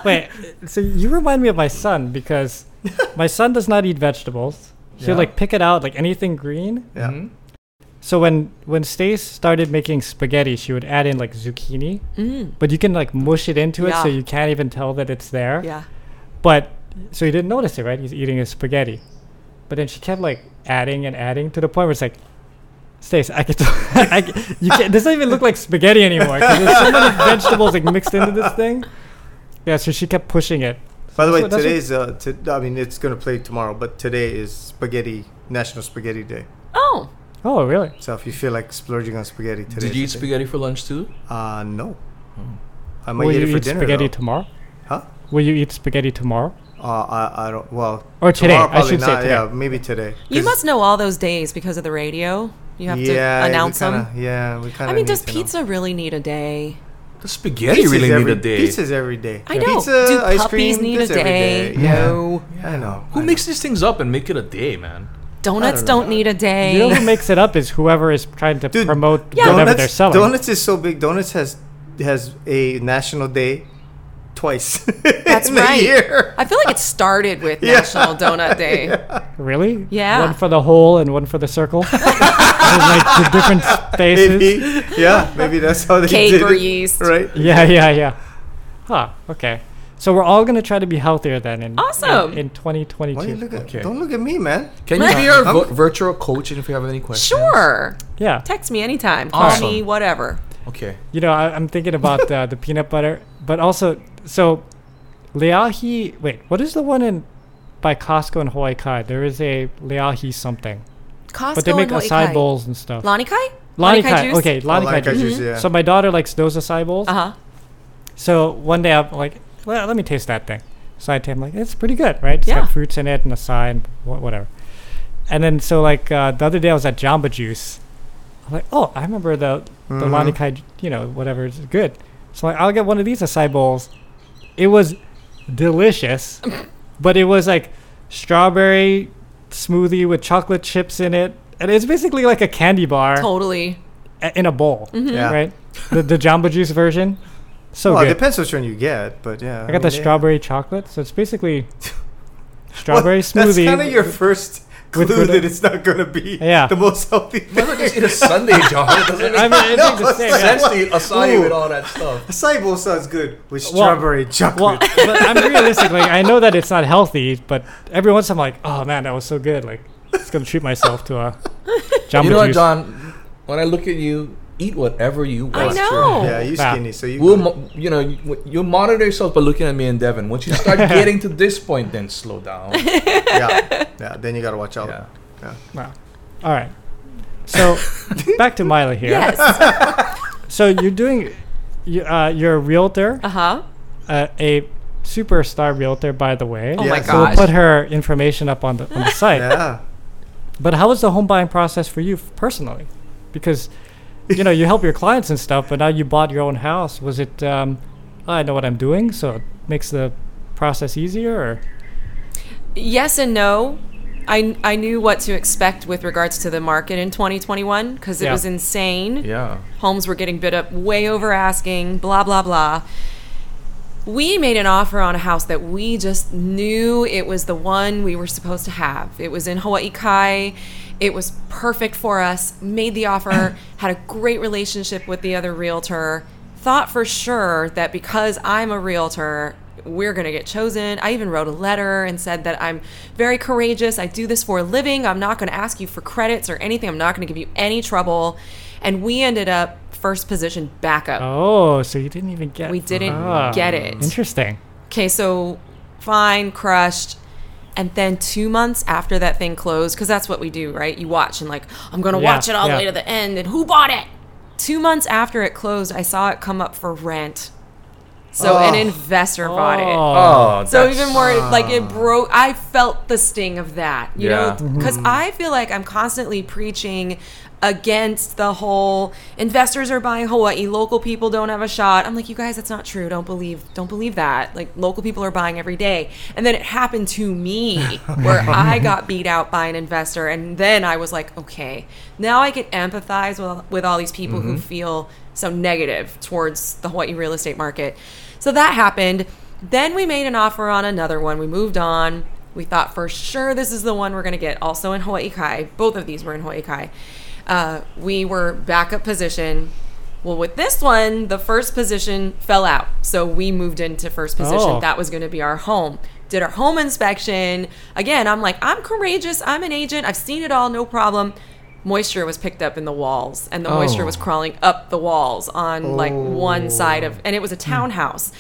Speaker 1: Wait, so you remind me of my son because my son does not eat vegetables. He'll
Speaker 2: Yeah.
Speaker 1: like pick it out, like anything green.
Speaker 3: Yeah.
Speaker 4: Mm-hmm.
Speaker 2: Mhm.
Speaker 1: So when when Stace started making spaghetti, she would add in like zucchini,
Speaker 4: Mm,
Speaker 1: but you can like mush it into it so
Speaker 4: Yeah.
Speaker 1: you can't even tell that it's there.
Speaker 4: yeah.
Speaker 1: But so he didn't notice it, right? He's eating his spaghetti. But then she kept like adding and adding to the point where it's like, Stace, I could, I, c- you can't, this doesn't even look like spaghetti anymore because there's so many vegetables like mixed into this thing. Yeah, so she kept pushing it.
Speaker 3: By the way,
Speaker 1: That's what-
Speaker 3: today's, uh, t- I mean, it's going to play tomorrow, but today is spaghetti, National Spaghetti Day.
Speaker 4: Oh,
Speaker 1: Oh, really?
Speaker 3: So if you feel like splurging on spaghetti today.
Speaker 2: Did you eat spaghetti for lunch too?
Speaker 3: Uh, no. I might
Speaker 1: Will
Speaker 3: eat
Speaker 1: you
Speaker 3: it for
Speaker 1: eat
Speaker 3: dinner.
Speaker 1: spaghetti
Speaker 3: though.
Speaker 1: tomorrow?
Speaker 3: Huh?
Speaker 1: Will you eat spaghetti tomorrow?
Speaker 3: Uh, I, I don't, well.
Speaker 1: Or today,
Speaker 3: tomorrow
Speaker 1: I
Speaker 3: probably
Speaker 1: should say
Speaker 3: not, Yeah,
Speaker 1: today.
Speaker 3: maybe today.
Speaker 4: you
Speaker 3: 'Cause-
Speaker 4: must know all those days because of the radio. You have
Speaker 3: yeah,
Speaker 4: to
Speaker 3: we
Speaker 4: announce them.
Speaker 3: kinda- Yeah, we kind
Speaker 4: I
Speaker 3: of
Speaker 4: mean, does pizza really need a day?
Speaker 2: The spaghetti really
Speaker 3: every,
Speaker 2: need a day.
Speaker 3: Pizza's every day.
Speaker 4: I know.
Speaker 3: Pizza,
Speaker 4: Do
Speaker 3: ice
Speaker 4: puppies
Speaker 3: cream,
Speaker 4: need
Speaker 3: this
Speaker 4: a
Speaker 3: every
Speaker 4: day?
Speaker 3: Yeah.
Speaker 4: No.
Speaker 3: I know.
Speaker 2: Who
Speaker 3: I
Speaker 2: makes these things up and make it a day, man?
Speaker 4: Donuts
Speaker 3: know.
Speaker 4: don't, need a
Speaker 1: You know
Speaker 4: day.
Speaker 1: who makes it up is whoever is trying to
Speaker 3: Dude,
Speaker 1: promote
Speaker 4: Yeah.
Speaker 1: whatever
Speaker 3: donuts,
Speaker 1: they're selling.
Speaker 3: Donuts is so big. Donuts has has a national day twice. That's in
Speaker 4: right.
Speaker 3: A year.
Speaker 4: I feel like it started with National Donut Day.
Speaker 1: Really?
Speaker 4: Yeah.
Speaker 1: One for the hole and one for the circle. There's, like the different spaces.
Speaker 3: Maybe, yeah, maybe that's how they
Speaker 4: Cake
Speaker 3: did
Speaker 4: or
Speaker 3: it,
Speaker 4: yeast.
Speaker 3: right?
Speaker 1: Yeah, yeah, yeah. Huh. Okay. So we're all gonna try to be healthier then in in-
Speaker 4: Awesome.
Speaker 1: in, 2022.
Speaker 3: Why you look at?
Speaker 2: Okay.
Speaker 3: Don't look at me, man.
Speaker 2: Can you be our
Speaker 3: I'm-
Speaker 2: vo- virtual coach if you have any questions?
Speaker 4: Sure.
Speaker 1: yeah,
Speaker 4: Text me anytime. Call
Speaker 2: Awesome.
Speaker 4: me whatever.
Speaker 2: Okay.
Speaker 1: you know I, I'm thinking about uh, the peanut butter, but also so Leahi. Wait, what is the one in by Costco in Hawaii Kai? There is a Leahi something,
Speaker 4: Costco
Speaker 1: but they make
Speaker 4: and
Speaker 1: acai
Speaker 4: Kai.
Speaker 1: bowls and stuff.
Speaker 4: Lanikai?
Speaker 1: Kai, okay,
Speaker 3: I
Speaker 1: Lani Kai
Speaker 3: like
Speaker 1: juice.
Speaker 3: Oh, juice, yeah.
Speaker 1: So my daughter likes those acai bowls.
Speaker 4: Uh huh.
Speaker 1: So one day I'm like, well, let me taste that thing. So I taste, I'm like, it's pretty good, right? It's
Speaker 4: Yeah.
Speaker 1: got fruits in it and acai and wha- whatever. And then so like uh, the other day I was at Jamba Juice. I'm like, oh, I remember the the
Speaker 3: Mhm.
Speaker 1: Lanikai, ju- you know, whatever is good. So like, I'll get one of these acai bowls. It was delicious, but it was like strawberry smoothie with chocolate chips in it, and it's basically like a candy bar
Speaker 4: Totally.
Speaker 1: a- in a bowl,
Speaker 3: Yeah.
Speaker 1: right? The the Jamba Juice version, so
Speaker 3: well,
Speaker 1: good.
Speaker 3: it depends which one you get, but yeah.
Speaker 1: I got the strawberry chocolate, so it's basically strawberry
Speaker 3: That's
Speaker 1: smoothie.
Speaker 3: kind of your first clue
Speaker 1: with- with
Speaker 3: that
Speaker 1: a-
Speaker 3: it's not going to be
Speaker 1: Yeah.
Speaker 3: the most healthy
Speaker 2: Why not
Speaker 3: thing.
Speaker 2: just eat a Sunday jar? It doesn't
Speaker 1: I
Speaker 2: make
Speaker 1: mean, it's like the
Speaker 3: it's
Speaker 1: same.
Speaker 3: not.
Speaker 1: yeah.
Speaker 2: sense to eat acai
Speaker 3: Ooh.
Speaker 2: with all that stuff.
Speaker 3: Acai bowl sounds good with
Speaker 1: Well-
Speaker 3: strawberry chocolate.
Speaker 1: Well, but I'm realistic. Like I know that it's not healthy, but every once I'm like, oh man, that was so good. Like, just gonna treat myself to a Jamba
Speaker 2: You know what,
Speaker 1: Juice.
Speaker 2: John? When I look at you, eat whatever you
Speaker 4: I
Speaker 2: want.
Speaker 1: oh.
Speaker 4: know.
Speaker 3: yeah, you
Speaker 1: Nah.
Speaker 3: skinny, so you.
Speaker 2: We'll,
Speaker 3: go-
Speaker 2: mo- you know, you- you'll monitor yourself by looking at me and Devin. Once you start getting to this point, then slow down.
Speaker 3: yeah, yeah. Then you gotta watch out.
Speaker 2: Yeah.
Speaker 1: Wow. All right. So back to Mila here.
Speaker 4: Yes.
Speaker 1: So you're doing, you, uh, you're a realtor,
Speaker 4: Uh huh.
Speaker 1: uh, a superstar realtor, by the way.
Speaker 4: Oh my
Speaker 3: Yes.
Speaker 1: So we'll
Speaker 4: gosh.
Speaker 1: put her information up on the on the site.
Speaker 3: Yeah.
Speaker 1: But how was the home buying process for you f- personally? Because you know you help your clients and stuff, but now you bought your own house. Was it? Um, I know what I'm doing, so it makes the process easier. Or
Speaker 4: yes and no. I, I knew what to expect with regards to the market in 2021 because it
Speaker 1: Yeah.
Speaker 4: was insane.
Speaker 2: Yeah.
Speaker 4: homes were getting bid up way over asking, blah, blah, blah. We made an offer on a house that we just knew it was the one we were supposed to have. It was in Hawaii Kai. It was perfect for us. Made the offer, had a great relationship with the other realtor. Thought for sure that because I'm a realtor, we're going to get chosen. I even wrote a letter and said that I'm very courageous. I do this for a living. I'm not going to ask you for credits or anything. I'm not going to give you any trouble. And we ended up first position backup.
Speaker 1: oh, so you didn't even get.
Speaker 4: We didn't
Speaker 1: Ah,
Speaker 4: get it.
Speaker 1: Interesting.
Speaker 4: Okay, so fine, crushed. And then two months after that thing closed, because that's what we do, right? You watch and like, I'm going to
Speaker 1: Yeah,
Speaker 4: watch it all
Speaker 1: yeah.
Speaker 4: the way to the end. And who bought it? Two months after it closed, I saw it come up for rent. So an
Speaker 3: Oh.
Speaker 4: investor bought it.
Speaker 2: Oh,
Speaker 4: So
Speaker 2: that's-
Speaker 4: even more like it broke. I felt the sting of that, you
Speaker 2: Yeah.
Speaker 4: know, because I feel like I'm constantly preaching against the whole investors are buying Hawaii, local people don't have a shot. I'm like, you guys, that's not true. Don't believe, don't believe that. Like local people are buying every day, and then it happened to me where I got beat out by an investor, and then I was like, okay, now I can empathize with with all these people who feel so negative towards the Hawaii real estate market. So that happened. Then we made an offer on another one. We moved on. We thought for sure this is the one we're going to get. Also in Hawaii Kai. Both of these were in Hawaii Kai. Uh, we were backup position. Well, with this one, the first position fell out. So we moved into first position.
Speaker 1: Oh.
Speaker 4: That was going to be our home. Did our home inspection. Again, I'm like, I'm courageous. I'm an agent. I've seen it all. No problem. Moisture was picked up in the walls, and the moisture was crawling up the walls on like one side of, and it was a townhouse.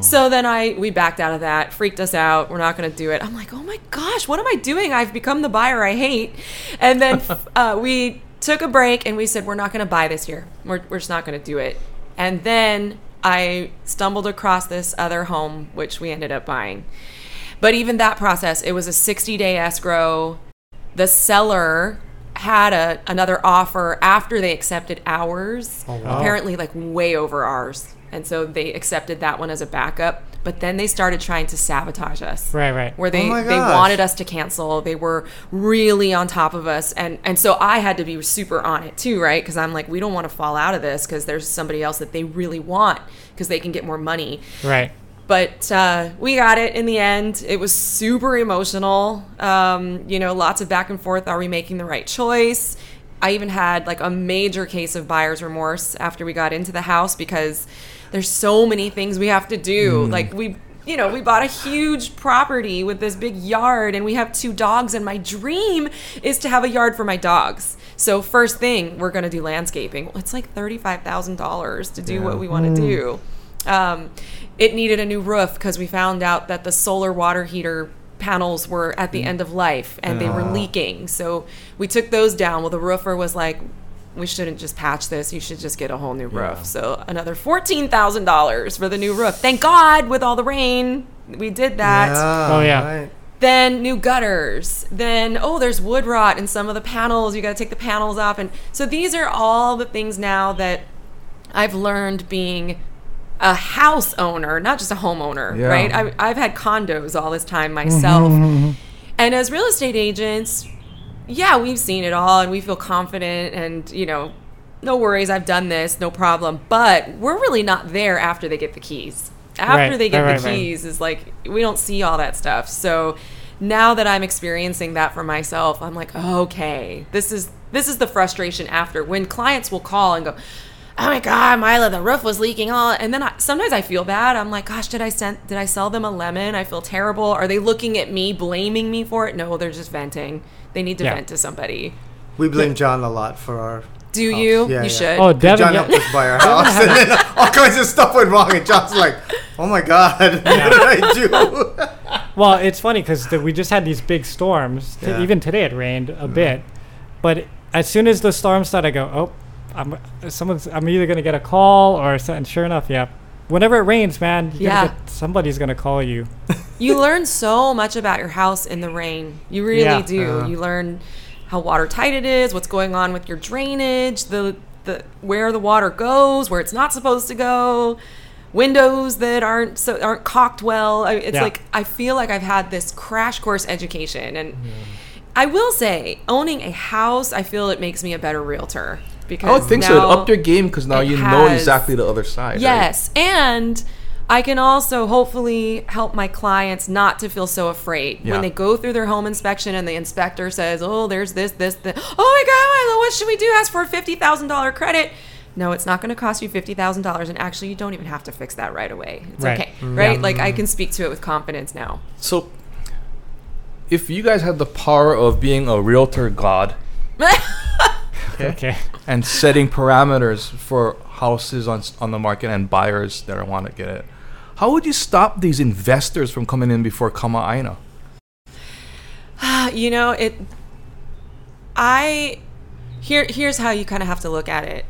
Speaker 4: So then I we backed out of that, freaked us out. We're not going to do it. I'm like, oh my gosh, what am I doing? I've become the buyer I hate. And then uh, we took a break and we said we're not going to buy this year. We're we're just not going to do it. And then I stumbled across this other home, which we ended up buying. But even that process, it was a 60 day escrow the seller had a, another offer after they accepted ours
Speaker 1: Oh,
Speaker 4: apparently like way over ours and so they accepted that one as a backup but then they started trying to sabotage us
Speaker 1: Right, right.
Speaker 4: where they,
Speaker 3: Oh my
Speaker 4: they
Speaker 3: gosh.
Speaker 4: wanted us to cancel they were really on top of us and and so i had to be super on it too right because i'm like we don't want to fall out of this because there's somebody else that they really want because they can get more money
Speaker 1: Right.
Speaker 4: but uh, we got it in the end. It was super emotional. Um, you know, lots of back and forth. Are we making the right choice? I even had like a major case of buyer's remorse after we got into the house because there's so many things we have to do. Like we you know, we bought a huge property with this big yard and we have two dogs and my dream is to have a yard for my dogs. So first thing, we're going to do landscaping. Well, it's like $35,000 to do what we want to do. Um, it needed a new roof because we found out that the solar water heater panels were at the end of life and they were leaking. So we took those down. Well, the roofer was like, we shouldn't just patch this. You should just get a whole new roof. So another fourteen thousand dollars for the new roof. Thank God, with all the rain, we did that
Speaker 1: Oh, yeah.
Speaker 3: right.
Speaker 4: then new gutters then oh there's wood rot in some of the panels you got to take the panels off and so these are all the things now that i've learned being a house owner not just a homeowner
Speaker 2: Yeah.
Speaker 4: right I, i've had condos all this time myself and as real estate agents yeah we've seen it all and we feel confident and you know no worries i've done this no problem but we're really not there after they get the keys after
Speaker 1: Right,
Speaker 4: they get
Speaker 1: right,
Speaker 4: the
Speaker 1: right, right.
Speaker 4: keys is is like we don't see all that stuff. So now that I'm experiencing that for myself, I'm like, okay, this is this is the frustration after when clients will call and go, "Oh my god, Mila, the roof was leaking all." And then I, sometimes I feel bad. I'm like, "Gosh, did I send did I sell them a lemon? I feel terrible. Are they looking at me blaming me for it? No, they're just venting. They need to
Speaker 1: Yeah.
Speaker 4: vent to somebody."
Speaker 3: We blame John a lot for our.
Speaker 4: Do you?
Speaker 3: yeah,
Speaker 4: you
Speaker 3: yeah.
Speaker 4: should.
Speaker 1: Oh, Devin.
Speaker 3: John
Speaker 1: yeah.
Speaker 4: uh,
Speaker 3: helped us buy our house, and then all kinds of stuff went wrong, and John's like, "Oh my God, what did I do?"
Speaker 1: Well, it's funny because we just had these big storms. T-
Speaker 3: Yeah.
Speaker 1: Even today, it rained a bit. But as soon as the storm started, I go, "Oh, I'm someone's. I'm either gonna get a call or something." Sure enough, yeah. Whenever it rains, man, you're
Speaker 4: Yeah.
Speaker 1: gonna get, somebody's gonna call you.
Speaker 4: you learn so much about your house in the rain. You really
Speaker 1: Yeah.
Speaker 4: do.
Speaker 2: Uh-huh.
Speaker 3: Yeah.
Speaker 4: you learn how watertight it is, what's going on with your drainage, the the where the water goes, where it's not supposed to go, windows that aren't so aren't cocked well. I, it's
Speaker 1: Yeah.
Speaker 4: like I feel like I've had this crash course education and
Speaker 2: Mm-hmm.
Speaker 4: I will say owning a house, I feel it makes me a better realtor because
Speaker 2: I would think so. It
Speaker 4: now-
Speaker 2: upped your game because now
Speaker 4: it
Speaker 2: you know
Speaker 4: has-
Speaker 2: exactly the other side. right?
Speaker 4: Yes, and I can also hopefully help my clients not to feel so afraid
Speaker 2: Yeah.
Speaker 4: when they go through their home inspection and the inspector says, "Oh, there's this, this, this. Oh my God, what should we do? Ask for a fifty thousand dollar credit." No, it's not going to cost you fifty thousand dollars, and actually, you don't even have to fix that right away. It's
Speaker 1: Right.
Speaker 4: okay, right? Like
Speaker 2: Mm-hmm.
Speaker 4: I can speak to it with confidence now.
Speaker 2: So, if you guys had the power of being a realtor god
Speaker 1: Okay.
Speaker 2: and setting parameters for houses on s- on the market and buyers that want to get it, how would you stop these investors from coming in before Kamaaina?
Speaker 4: Ah, you know it i here here's how you kind of have to look at it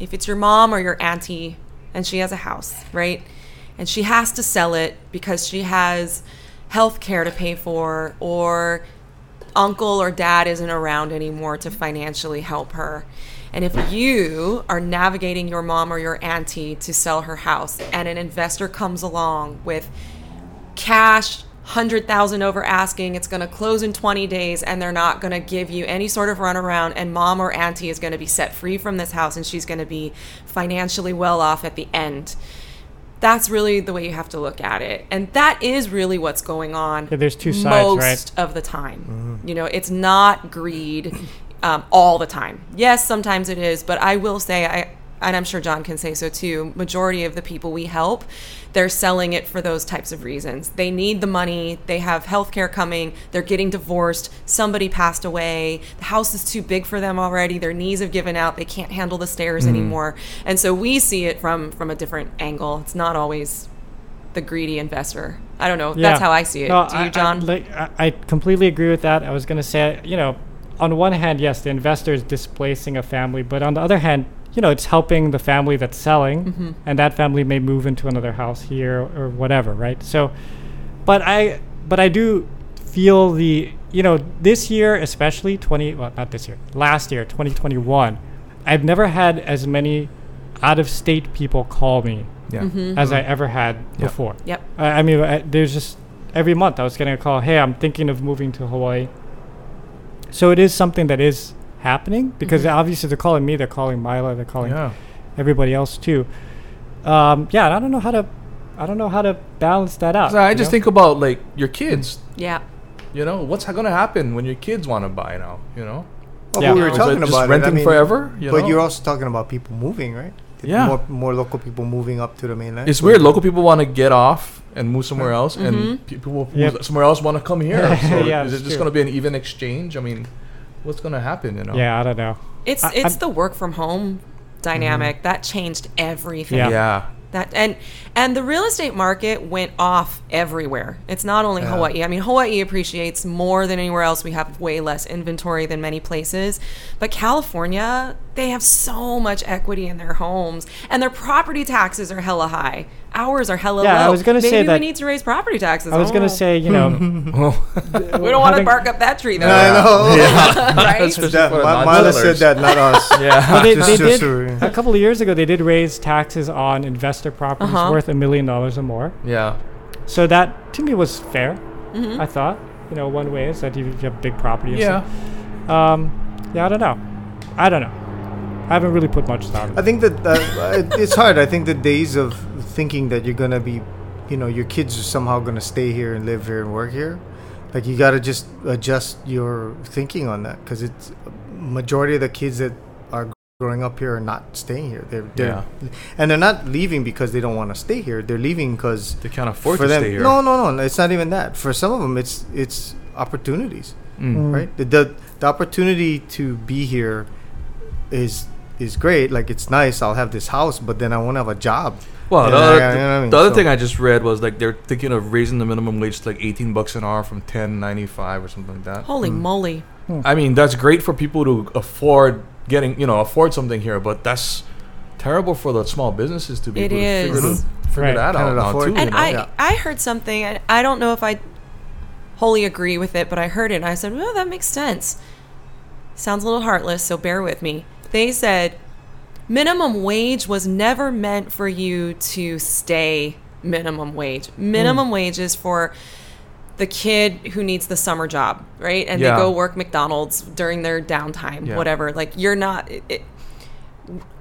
Speaker 4: if it's your mom or your auntie and she has a house right and she has to sell it because she has health care to pay for or uncle or dad isn't around anymore to financially help her and if you are navigating your mom or your auntie to sell her house and an investor comes along with cash, 100,000 over asking, it's going to close in 20 days and they're not going to give you any sort of runaround and mom or auntie is going to be set free from this house and she's going to be financially well off at the end. That's really the way you have to look at it. And that is really what's going on.
Speaker 1: Yeah, there's two sides,
Speaker 4: most
Speaker 1: right?
Speaker 4: of the time. You know, it's not greed um, all the time. Yes, sometimes it is, but I will say, I and I'm sure John can say so too. Majority of the people we help, they're selling it for those types of reasons. They need the money. They have health care coming. They're getting divorced. Somebody passed away. The house is too big for them already. Their knees have given out. They can't handle the stairs
Speaker 1: Mm-hmm.
Speaker 4: anymore. And so we see it from from a different angle. It's not always the greedy investor. I don't know. That's
Speaker 1: Yeah.
Speaker 4: how I see it.
Speaker 1: No,
Speaker 4: Do
Speaker 1: I-
Speaker 4: you, John?
Speaker 1: I, like, I, I completely agree with that. I was gonna say, you know, on one hand, yes, the investor is displacing a family, but on the other hand, you know, it's helping the family that's selling,
Speaker 4: Mm-hmm.
Speaker 1: and that family may move into another house here or, or whatever, right? So, but I, but I do feel the, you know, this year especially twenty, well, not this year, last year, twenty twenty one, I've never had as many out of state people call me
Speaker 2: Yeah.
Speaker 4: Mm-hmm.
Speaker 1: as I ever had before.
Speaker 4: Yep.
Speaker 1: I, I mean, I, there's just every month I was getting a call. Hey, I'm thinking of moving to Hawaii. So it is something that is happening because obviously they're calling me, they're calling Mila, they're calling
Speaker 2: Mm-hmm. Yeah.
Speaker 1: everybody else too. Um, yeah, and I don't know how to, I don't know how to balance that out.
Speaker 2: So I
Speaker 1: you
Speaker 2: just
Speaker 1: know?
Speaker 2: think about like your kids.
Speaker 4: Yeah.
Speaker 2: You know what's going to happen when your kids want to buy now? You know,
Speaker 3: Well,
Speaker 1: Yeah.
Speaker 3: we were
Speaker 1: Is it
Speaker 3: talking
Speaker 2: just
Speaker 3: about it. I
Speaker 2: renting
Speaker 3: mean,
Speaker 2: forever? You
Speaker 3: but
Speaker 2: know?
Speaker 3: you're also talking about people moving, right?
Speaker 2: Yeah.
Speaker 3: More more local people moving up to the mainland.
Speaker 2: It's weird. Local people want to get off and move somewhere else,
Speaker 4: Mhm.
Speaker 3: Mm-hmm.
Speaker 2: and people who-
Speaker 1: Yep.
Speaker 2: somewhere else want to come here. So
Speaker 1: Yeah, that's
Speaker 2: is it just
Speaker 1: true.
Speaker 2: going to be an even exchange? I mean, what's going to happen? You know?
Speaker 1: Yeah, I don't know.
Speaker 4: It's
Speaker 1: I-
Speaker 4: it's
Speaker 1: I'm- Mm-hmm.
Speaker 4: the work from home dynamic that changed everything.
Speaker 1: Yeah.
Speaker 4: That and and the real estate market went off everywhere. It's not only
Speaker 3: Yeah.
Speaker 4: Hawaii. I mean, Hawaii appreciates more than anywhere else. We have way less inventory than many places. But California, they have so much equity in their homes and their property taxes are hella high. Ours are hella
Speaker 1: Yeah,
Speaker 4: low.
Speaker 1: I was gonna
Speaker 4: Maybe
Speaker 1: say
Speaker 4: we
Speaker 1: that-
Speaker 4: need to raise property taxes.
Speaker 1: I was gonna
Speaker 4: Oh.
Speaker 1: say, you know,
Speaker 4: we don't want to
Speaker 1: having-
Speaker 4: bark up that tree though.
Speaker 3: I know.
Speaker 4: right?
Speaker 2: Especially
Speaker 3: That-
Speaker 2: for the
Speaker 3: Mi- Mila said
Speaker 2: bachelors.
Speaker 3: that, not us.
Speaker 1: well,
Speaker 2: Yeah.
Speaker 1: they,
Speaker 3: Just-
Speaker 1: they
Speaker 3: just
Speaker 1: did
Speaker 3: to-
Speaker 1: a couple of years ago. They did raise taxes on investor properties
Speaker 4: Uh-huh.
Speaker 1: worth a million dollars or more.
Speaker 2: Yeah.
Speaker 1: So that to me was fair. I thought, you know, one way is that if you have big property. and
Speaker 2: Yeah.
Speaker 1: stuff. Um, yeah, I don't know. I don't know. I haven't really put much thought. into
Speaker 3: I
Speaker 1: it.
Speaker 3: think that uh, it- it's hard. I think the days of thinking that you're gonna be, you know, your kids are somehow gonna stay here and live here and work here, like you gotta just adjust your thinking on that because it's majority of the kids that are growing up here are not staying here. They're, they're and they're not leaving because they don't want to stay here. They're leaving because
Speaker 2: They can't afford
Speaker 3: for
Speaker 2: to
Speaker 3: them.
Speaker 2: stay here.
Speaker 3: No, no, no. It's not even that. For some of them, it's it's opportunities
Speaker 2: Mm.
Speaker 3: right? The, the the opportunity to be here is is great. Like it's nice. I'll have this house, but then I won't have a job.
Speaker 2: Well,
Speaker 3: And
Speaker 2: the
Speaker 3: I-
Speaker 2: other,
Speaker 3: I- you know what I mean?
Speaker 2: the other
Speaker 3: So-
Speaker 2: thing I just read was like they're thinking of raising the minimum wage to like 18 bucks an hour from 10.95 or something like that.
Speaker 1: Mm.
Speaker 4: Holy moly.
Speaker 2: I mean, that's great for people to afford getting, you know, afford something here, but that's terrible for the small businesses to be
Speaker 4: It
Speaker 2: able to figure,
Speaker 4: is.
Speaker 2: the- figure
Speaker 1: Mm-hmm. Right.
Speaker 2: that out
Speaker 3: Cannot
Speaker 2: now
Speaker 3: afford
Speaker 2: too.
Speaker 3: it.
Speaker 2: you
Speaker 4: And
Speaker 2: know?
Speaker 4: I,
Speaker 3: Yeah.
Speaker 4: I heard something, and I don't know if I wholly agree with it, but I heard it, and I said, well, that makes sense. Sounds a little heartless, so bear with me. They said, minimum wage was never meant for you to stay minimum wage.
Speaker 2: Hmm.
Speaker 4: Minimum wage is for the kid who needs the summer job, right? And
Speaker 2: Yeah.
Speaker 4: they go work McDonald's during their downtime,
Speaker 2: Yeah.
Speaker 4: whatever. Like, you're not. It, it,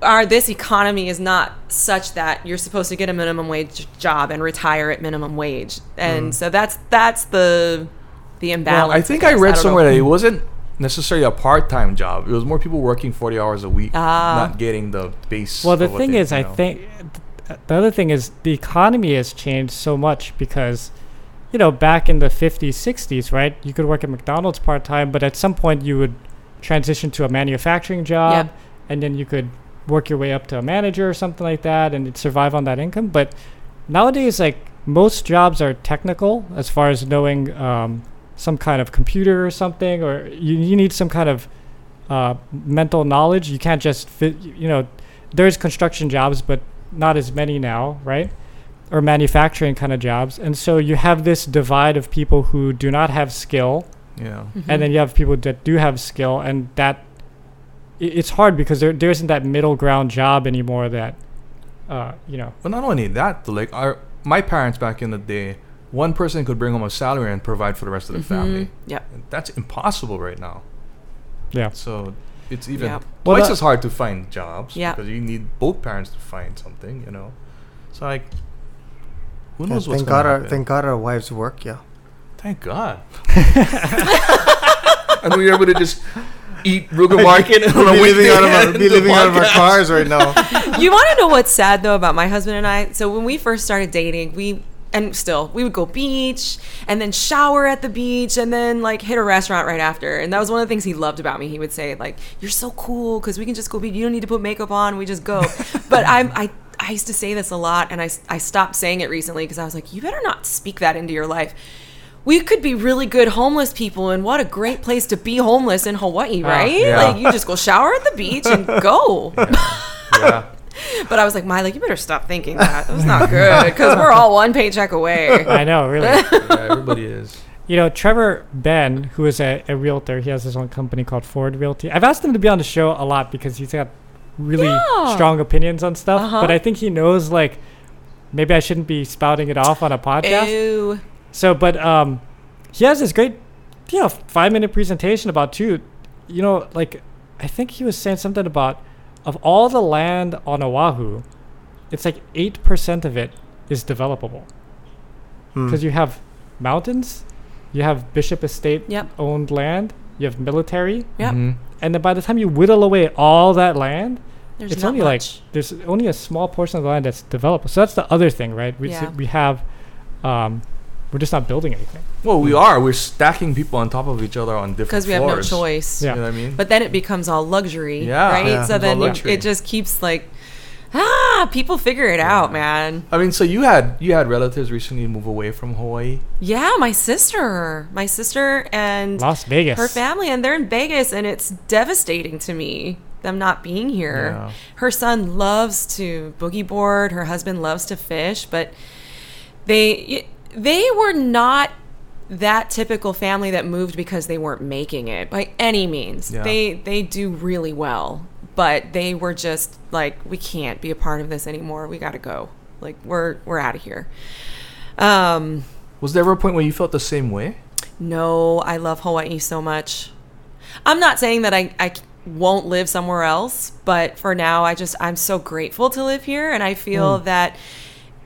Speaker 4: our this economy is not such that you're supposed to get a minimum wage job and retire at minimum wage, and so that's that's the the imbalance.
Speaker 2: Mm. Well, I think
Speaker 4: guess.
Speaker 2: I read
Speaker 4: don't
Speaker 2: somewhere
Speaker 4: know.
Speaker 2: that it wasn't necessarily a part-time job. It was more people working 40 hours a week,
Speaker 4: Ah.
Speaker 2: not getting the base.
Speaker 1: Well, the
Speaker 2: of what
Speaker 1: thing
Speaker 2: they-
Speaker 1: is,
Speaker 2: you
Speaker 1: I
Speaker 2: know.
Speaker 1: think th- the other thing is the economy has changed so much because, you know, back in the 50s, 60s, right? You could work at McDonald's part time, but at some point you would transition to a manufacturing job,
Speaker 4: Yeah.
Speaker 1: and then you could work your way up to a manager or something like that, and it'd survive on that income. But nowadays, like most jobs are technical as far as knowing um, some kind of computer or something, or you, you need some kind of uh, mental knowledge. You can't just fit, you know, there's construction jobs, but not as many now, right? Or manufacturing kind of jobs. And so you have this divide of people who do not have skill,
Speaker 2: yeah,
Speaker 4: Mm-hmm.
Speaker 1: and then you have people that do have skill, and that i- it's hard because there, there isn't that middle ground job anymore that, uh, you know,
Speaker 2: but not only that, though, like our my parents back in the day, one person could bring home a salary and provide for the rest of the family.
Speaker 4: Mm-hmm. Yep.
Speaker 2: And that's impossible right now.
Speaker 1: yeah.
Speaker 2: So it's even
Speaker 4: Yeah.
Speaker 1: Well,
Speaker 2: twice
Speaker 1: that-
Speaker 2: as hard to find jobs
Speaker 4: Yeah.
Speaker 2: because you need both parents to find something, you know. So like, who
Speaker 3: Yeah,
Speaker 2: knows what's
Speaker 3: thank
Speaker 2: going
Speaker 3: God,
Speaker 2: to
Speaker 3: our,
Speaker 2: happen?
Speaker 3: thank God, our wives work. Yeah.
Speaker 2: Thank God. and we were able to just eat Ruger Market on a
Speaker 3: We'll be
Speaker 2: weekday
Speaker 3: living out of our,
Speaker 2: and
Speaker 3: be
Speaker 2: do
Speaker 3: living out of our
Speaker 2: podcast.
Speaker 3: cars right now.
Speaker 4: you want to know what's sad though about my husband and I? So when we first started dating, we and still we would go beach and then shower at the beach and then like hit a restaurant right after. And that was one of the things he loved about me. He would say like, "You're so cool because we can just go beach. You don't need to put makeup on. We just go." but I'm I. I used to say this a lot, and I, s- I stopped saying it recently because I was like, you better not speak that into your life. We could be really good homeless people, and what a great place to be homeless in Hawaii, right?
Speaker 2: yeah.
Speaker 4: Like, you just go shower at the beach and go.
Speaker 2: Yeah.
Speaker 4: But I was like, Mila, you better stop thinking that. That was not good because we're all one paycheck away.
Speaker 1: I know, really.
Speaker 2: yeah, everybody is.
Speaker 1: You know, Trevor Ben, who is a, a realtor, he has his own company called Ford Realty. I've asked him to be on the show a lot because he's got really
Speaker 4: Yeah.
Speaker 1: strong opinions on stuff.
Speaker 4: Uh-huh.
Speaker 1: But I think he knows like maybe I shouldn't be spouting it off on a podcast.
Speaker 4: Ew.
Speaker 1: So, but um, he has this great, you know, five minute presentation about too. You know, like I think he was saying something about of all the land on Oahu, it's like eight percent of it is developable
Speaker 3: Hmm.
Speaker 1: because you have mountains, you have Bishop Estate
Speaker 4: Yep.
Speaker 1: owned land, you have military,
Speaker 4: Yep.
Speaker 2: Mhm.
Speaker 3: Mm-hmm.
Speaker 1: and then by the time you whittle away all that land,
Speaker 4: There's
Speaker 1: it's
Speaker 4: not
Speaker 1: only
Speaker 4: much.
Speaker 1: like there's only a small portion of the land that's developed. So that's the other thing, right? We s-
Speaker 4: Yeah.
Speaker 1: we have, um, we're just not building anything.
Speaker 2: Well, we are. We're stacking people on top of each other on different
Speaker 4: because we have no
Speaker 2: floors.
Speaker 4: choice.
Speaker 1: Yeah.
Speaker 2: You know what I mean?
Speaker 4: But then it becomes all luxury,
Speaker 2: Yeah.
Speaker 4: right?
Speaker 3: Yeah.
Speaker 4: So
Speaker 2: It's all
Speaker 4: then
Speaker 2: luxury.
Speaker 4: it just keeps like, ah, people figure it out, man.
Speaker 2: I mean, so you had you had relatives recently move away from Hawaii.
Speaker 4: Yeah, my sister, my sister, and
Speaker 1: Las Vegas.
Speaker 4: her family, and they're in Vegas, and it's devastating to me them not being here.
Speaker 2: Yeah.
Speaker 4: Her son loves to boogie board. Her husband loves to fish, but they they were not that typical family that moved because they weren't making it by any means.
Speaker 2: Yeah.
Speaker 4: They they do really well, but they were just like we can't be a part of this anymore. We got to go. Like we're we're out of here. Um
Speaker 2: Was there ever a point where you felt the same way?
Speaker 4: no, I love Hawaii so much. I'm not saying that I, I won't live somewhere else, but for now, I just, I'm so grateful to live here. And I feel that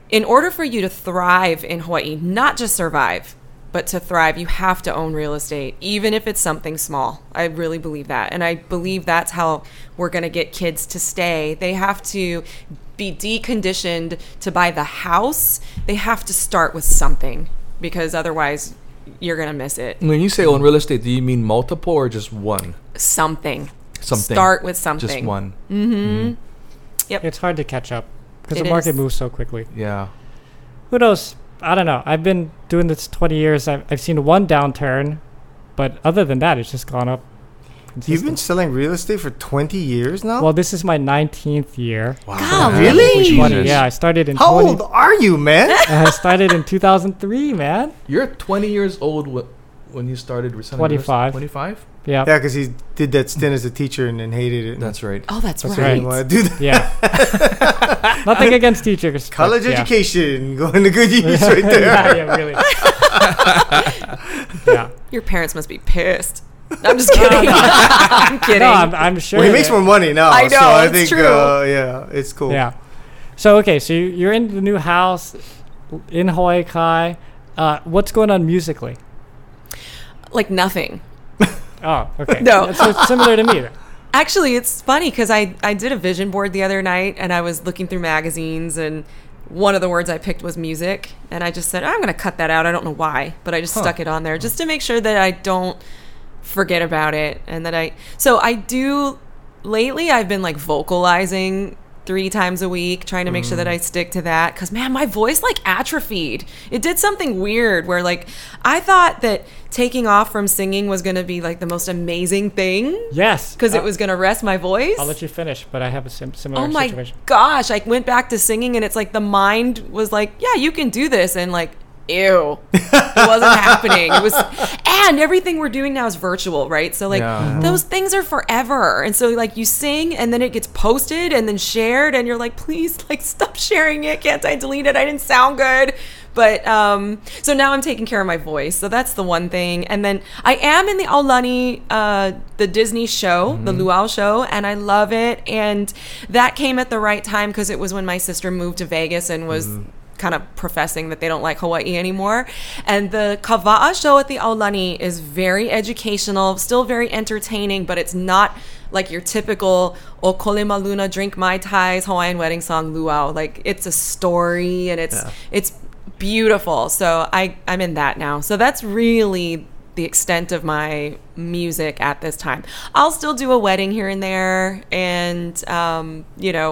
Speaker 4: in order for you to thrive in Hawaii, not just survive, but to thrive, you have to own real estate, even if it's something small. I really believe that. And I believe that's how we're going to get kids to stay. They have to be deconditioned to buy the house, they have to start with something because otherwise, you're going to miss it.
Speaker 2: When you say own real estate, do you mean multiple or just one?
Speaker 4: Something.
Speaker 2: Something.
Speaker 4: Start with something.
Speaker 2: Just one.
Speaker 1: It's hard to catch up because
Speaker 4: It
Speaker 1: the market
Speaker 4: is.
Speaker 1: moves so quickly.
Speaker 4: Mm-hmm.
Speaker 2: Yeah.
Speaker 1: Who knows? I don't know. I've been doing this 20 years. I've, I've seen one downturn, but other than that, it's just gone up.
Speaker 3: You've
Speaker 1: consistent-
Speaker 3: been selling real estate for 20 years now?
Speaker 1: well, this is my 19th year.
Speaker 4: God,
Speaker 3: Yeah. really?
Speaker 2: Jesus.
Speaker 1: 20, yeah, I started in
Speaker 3: How
Speaker 1: 20
Speaker 3: old are you, man?
Speaker 1: I started in 2003, man.
Speaker 2: You're 20 years old wh- when you started reselling real estate?
Speaker 1: 25.
Speaker 2: 25?
Speaker 1: Yeah.
Speaker 3: yeah, because he did that stint as a teacher and then hated it. and
Speaker 2: That's right.
Speaker 4: Oh, that's,
Speaker 1: That's
Speaker 4: right.
Speaker 3: didn't want to do that.
Speaker 1: Yeah. Nothing against teachers. but
Speaker 3: College
Speaker 1: yeah.
Speaker 3: education going to good use right there.
Speaker 1: yeah, yeah, really. yeah.
Speaker 4: Your parents must be pissed. I'm just kidding. I'm kidding.
Speaker 1: No, I'm, I'm sure.
Speaker 3: Well, he
Speaker 1: that-
Speaker 3: makes more money now,
Speaker 4: I
Speaker 3: so
Speaker 4: know,
Speaker 3: I
Speaker 4: it's
Speaker 3: think
Speaker 4: true.
Speaker 3: Uh, yeah, it's cool.
Speaker 1: Yeah. So okay, so you- you're in the new house in Hawaii Kai. Uh, what's going on musically?
Speaker 4: like nothing.
Speaker 1: Oh, okay.
Speaker 4: No.
Speaker 1: That's uh, similar to me. then.
Speaker 4: Actually, it's funny because I, I did a vision board the other night and I was looking through magazines and one of the words I picked was music and I just said "Oh, I'm going to cut that out. I don't know why, but I just stuck it on there just to make sure that I don't forget about it and that I so I do lately I've been like vocalizing three times a week trying to make sure that I stick to that cuz man my voice like atrophied. It did something weird where like I thought that taking off from singing was going to be like the most amazing thing
Speaker 1: Yes.
Speaker 4: because
Speaker 1: Uh,
Speaker 4: it was going to rest my voice.
Speaker 1: I'll let you finish, but I have a sim- similar
Speaker 4: oh my
Speaker 1: situation.
Speaker 4: gosh, I went back to singing and it's like the mind was like, yeah, you can do this and like ew. It wasn't happening. It was and everything we're doing now is virtual, right? So like
Speaker 2: Yeah.
Speaker 4: those things are forever. And so like you sing and then it gets posted and then shared and you're like, "Please like stop sharing it. Can't I delete it? I didn't sound good." But um so now I'm taking care of my voice. So that's the one thing. And then I am in the Aulani uh the Disney show, the Luau show, and I love it and that came at the right time because it was when my sister moved to Vegas and was kind of professing that they don't like Hawaii anymore. And the Kava'a show at the Aulani is very educational, still very entertaining, but it's not like your typical O Kole Maluna drink mai tais Hawaiian wedding song luau. Like it's a story and it's it's beautiful. So I I'm in that now. So that's really the extent of my music at this time. I'll still do a wedding here and there and um, you know,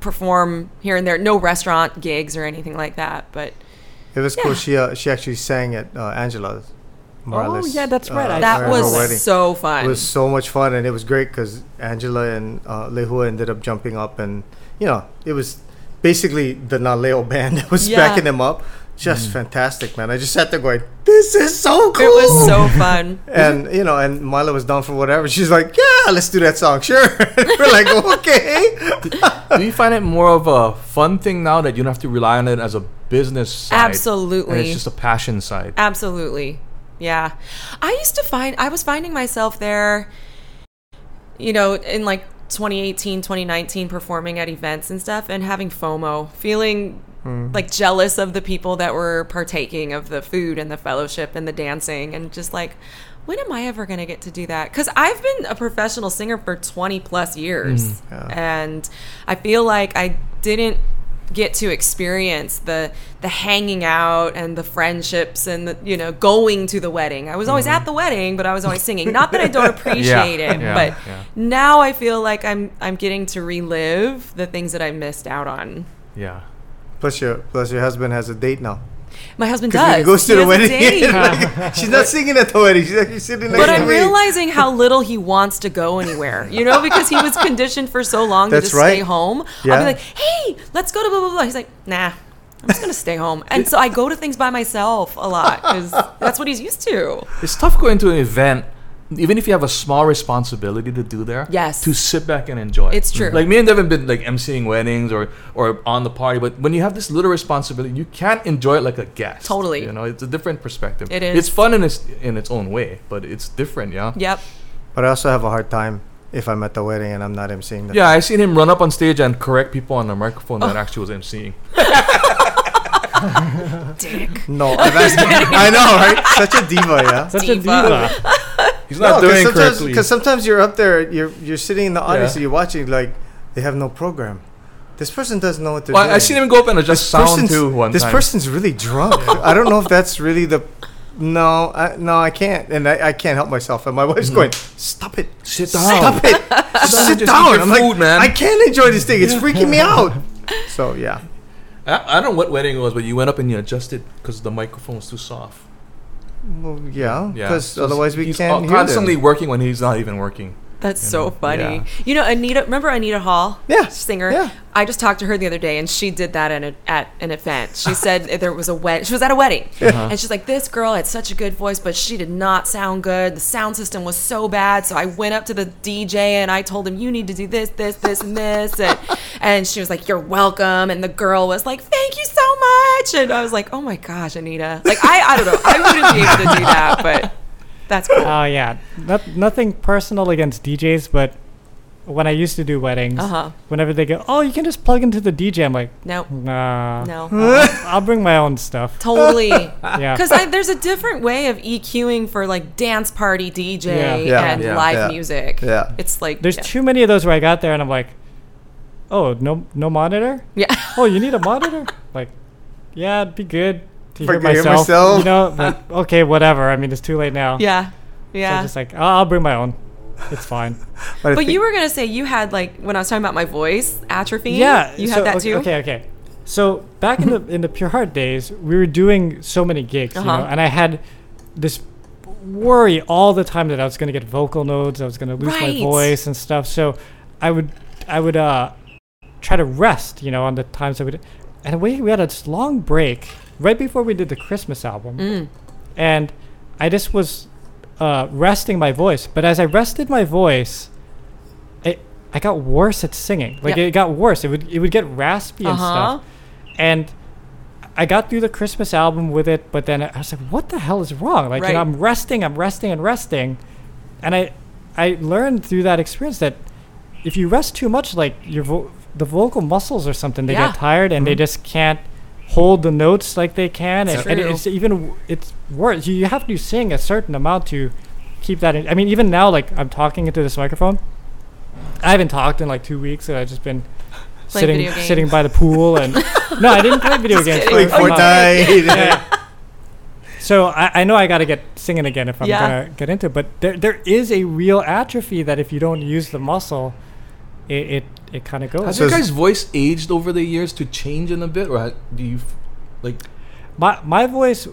Speaker 4: perform here and there. No restaurant gigs or anything like that. But
Speaker 3: It was
Speaker 4: Yeah.
Speaker 3: cool. She uh, she actually sang at uh, Angela Morales.
Speaker 1: Oh, yeah, that's right. I-
Speaker 4: that
Speaker 3: uh, her
Speaker 4: was
Speaker 3: wedding.
Speaker 4: so fun.
Speaker 3: It was so much fun, and it was great because Angela and uh, Lehua ended up jumping up, and you know, it was basically the Naleo band that was
Speaker 4: Yeah.
Speaker 3: backing them up. Just
Speaker 1: Mm.
Speaker 3: fantastic, man! I just sat there going, "This is so cool."
Speaker 4: it was so fun.
Speaker 3: and you know, and Mila was down for whatever. She's like, "Yeah, let's do that song, sure." We're like, "Okay."
Speaker 2: Do you find it more of a fun thing now that you don't have to rely on it as a business side? And
Speaker 4: Absolutely.
Speaker 2: it's just a passion side.
Speaker 4: Absolutely. Yeah. I used to find I was finding myself there you know in like 2018, 2019 performing at events and stuff and having FOMO, feeling
Speaker 2: Hmm.
Speaker 4: like jealous of the people that were partaking of the food and the fellowship and the dancing and just like when am I ever going to get to do that? Cuz I've been a professional singer for 20 plus
Speaker 2: Mm,
Speaker 4: years
Speaker 3: Yeah.
Speaker 4: and I feel like I didn't get to experience the the hanging out and the friendships and the you know going to the wedding. I was always at the wedding, but I was always singing. Not that I don't appreciate it,
Speaker 2: Mm-hmm. yeah,
Speaker 4: but
Speaker 2: yeah.
Speaker 4: now I feel like I'm I'm getting to relive the things that I missed out on.
Speaker 2: Yeah.
Speaker 3: Plus your plus your husband has a date now.
Speaker 4: My husband
Speaker 3: Because
Speaker 4: does.
Speaker 3: when he goes to
Speaker 4: He
Speaker 3: the
Speaker 4: has a
Speaker 3: wedding,
Speaker 4: date.
Speaker 3: like, she's not singing at the wedding. She's actually sitting next
Speaker 4: But
Speaker 3: to
Speaker 4: I'm
Speaker 3: me.
Speaker 4: realizing how little he wants to go anywhere, you know, because he was conditioned for so long
Speaker 3: That's
Speaker 4: to just
Speaker 3: right.
Speaker 4: stay home. I'll
Speaker 3: Yeah.
Speaker 4: be like, hey, let's go to blah, blah, blah. He's like, nah, I'm just going to stay home. And so I go to things by myself a lot because that's what he's used to.
Speaker 2: It's tough going to an event, even if you have a small responsibility to do there.
Speaker 4: Yes.
Speaker 2: To sit back and enjoy.
Speaker 4: It's true.
Speaker 2: Like me and Devin been like emceeing weddings or or on the party, but when you have this little responsibility, you can't enjoy it like a guest.
Speaker 4: Totally.
Speaker 2: You know, it's a different perspective.
Speaker 4: It
Speaker 2: It's
Speaker 4: is.
Speaker 2: fun in its in its own way, but it's different. Yeah.
Speaker 4: Yep.
Speaker 3: But I also have a hard time if I'm at the wedding and I'm not emceeing. That.
Speaker 2: Yeah, I seen him run up on stage and correct people on the microphone
Speaker 4: Oh.
Speaker 2: that actually was emceeing.
Speaker 4: Dick.
Speaker 3: No, I've asked. I know, right? Such a diva, yeah.
Speaker 1: Such a
Speaker 4: Diva.
Speaker 1: diva.
Speaker 2: He's not
Speaker 3: No,
Speaker 2: doing it
Speaker 3: sometimes,
Speaker 2: correctly.
Speaker 3: 'cause sometimes you're up there, you're you're sitting in the audience,
Speaker 2: Yeah.
Speaker 3: and you're watching. Like they have no program. This person doesn't know what they're
Speaker 2: Well,
Speaker 3: doing.
Speaker 2: I seen him go up and adjust sound
Speaker 3: person's-
Speaker 2: too one
Speaker 3: this
Speaker 2: time.
Speaker 3: person's really drunk. I don't know if that's really the. No, I, no, I can't, and I, I can't help myself. And my wife's going, "Stop it,
Speaker 2: Mm-hmm. Sit
Speaker 3: stop it,
Speaker 2: Just
Speaker 3: sit
Speaker 2: eat
Speaker 3: down."
Speaker 2: your
Speaker 3: I'm
Speaker 2: food,
Speaker 3: like,
Speaker 2: man.
Speaker 3: I can't enjoy this thing. It's freaking me out. So yeah,
Speaker 2: I, I don't know what wedding it was, but you went up and you adjusted because the microphone was too soft.
Speaker 3: well, yeah,
Speaker 2: Yeah.
Speaker 3: because
Speaker 2: So
Speaker 3: otherwise we
Speaker 2: he's
Speaker 3: can't
Speaker 2: all-
Speaker 3: hear
Speaker 2: constantly
Speaker 3: them.
Speaker 2: working when he's not even working.
Speaker 4: That's
Speaker 2: You
Speaker 4: so
Speaker 2: know,
Speaker 4: funny.
Speaker 2: yeah.
Speaker 4: You know, Anita, remember Anita Hall?
Speaker 3: Yeah,
Speaker 4: Singer?
Speaker 3: yeah.
Speaker 4: I just talked to her the other day and she did that in a, at an event. She said there was a wedding. She was at a wedding.
Speaker 2: Uh-huh.
Speaker 4: And she's like, this girl had such a good voice, but she did not sound good. The sound system was so bad. So I went up to the DJ and I told him, you need to do this, this, this, and this. And, and she was like, you're welcome. And the girl was like, thank you so much. And I was like, oh my gosh, Anita. Like, I, I don't know. I wouldn't be able to do that, but that's cool.
Speaker 1: Oh yeah, Not, nothing personal against DJs, but when I used to do weddings,
Speaker 4: Uh-huh.
Speaker 1: whenever they go, oh, you can just plug into the DJ, I'm like,
Speaker 4: No,
Speaker 1: nah,
Speaker 4: no.
Speaker 1: I'll bring my own stuff.
Speaker 4: Totally.
Speaker 1: Yeah,
Speaker 4: Because there's a different way of EQing for like dance party DJ
Speaker 1: Yeah.
Speaker 3: Yeah,
Speaker 4: and
Speaker 2: yeah,
Speaker 4: live
Speaker 3: yeah,
Speaker 4: music.
Speaker 3: yeah.
Speaker 4: It's like
Speaker 1: there's
Speaker 4: yeah.
Speaker 1: too many of those where I got there and I'm like, oh, no, no monitor.
Speaker 4: yeah.
Speaker 1: Oh, you need a monitor? like, yeah, it'd be good to
Speaker 3: If I
Speaker 1: hear
Speaker 3: could hear
Speaker 1: myself.
Speaker 3: myself.
Speaker 1: You know, but okay, whatever. I mean, it's too late now.
Speaker 4: yeah.
Speaker 1: So
Speaker 4: Yeah.
Speaker 1: I'm just like, oh, I'll bring my own. It's fine.
Speaker 3: I
Speaker 4: but
Speaker 3: think-
Speaker 4: you were gonna say you had like when I was talking about my voice atrophy.
Speaker 1: Yeah,
Speaker 4: You
Speaker 1: so-
Speaker 4: had that
Speaker 1: okay,
Speaker 4: too.
Speaker 1: Okay, okay. So back in the in the Pure Heart days, we were doing so many gigs, you
Speaker 4: Uh-huh.
Speaker 1: know, and I had this worry all the time that I was going to get vocal nodes, I was going to lose
Speaker 4: Right.
Speaker 1: my voice and stuff. So I would I would uh try to rest, you know, on the times I would. And we we had this long break right before we did the Christmas album, and I just was uh, resting my voice. But as I rested my voice, it I got worse at singing. Like
Speaker 4: Yeah.
Speaker 1: it got worse. It would it would get raspy and
Speaker 4: Uh-huh.
Speaker 1: stuff. And I got through the Christmas album with it, but then I was like, "What the hell is wrong?" Like, you
Speaker 4: Right.
Speaker 1: know, I'm resting, I'm resting, and resting, and I, I learned through that experience that if you rest too much, like your vo- the vocal muscles or something, they
Speaker 4: Yeah.
Speaker 1: get tired and they just can't hold the notes like they can, and,
Speaker 4: That's
Speaker 1: and
Speaker 4: true.
Speaker 1: it's even w- it's worse. You, you have to sing a certain amount to keep that. in I mean, even now, like I'm talking into this microphone, I haven't talked in like two weeks, and I've just been.
Speaker 4: Playing
Speaker 1: sitting
Speaker 4: video games.
Speaker 1: sitting by the pool and no, I didn't play video games.
Speaker 4: kidding.
Speaker 1: for a
Speaker 3: like
Speaker 1: month.
Speaker 3: Fortnite.
Speaker 1: Yeah. So I, I know I got to get singing again if I'm
Speaker 4: Yeah.
Speaker 1: gonna get into. it, But there there is a real atrophy that if you don't use the muscle, it it, it kind of
Speaker 2: Has
Speaker 1: goes.
Speaker 2: your
Speaker 3: So-
Speaker 2: guys' voice aged over the years to change in a bit, or ha- do you f- like?
Speaker 1: My my voice.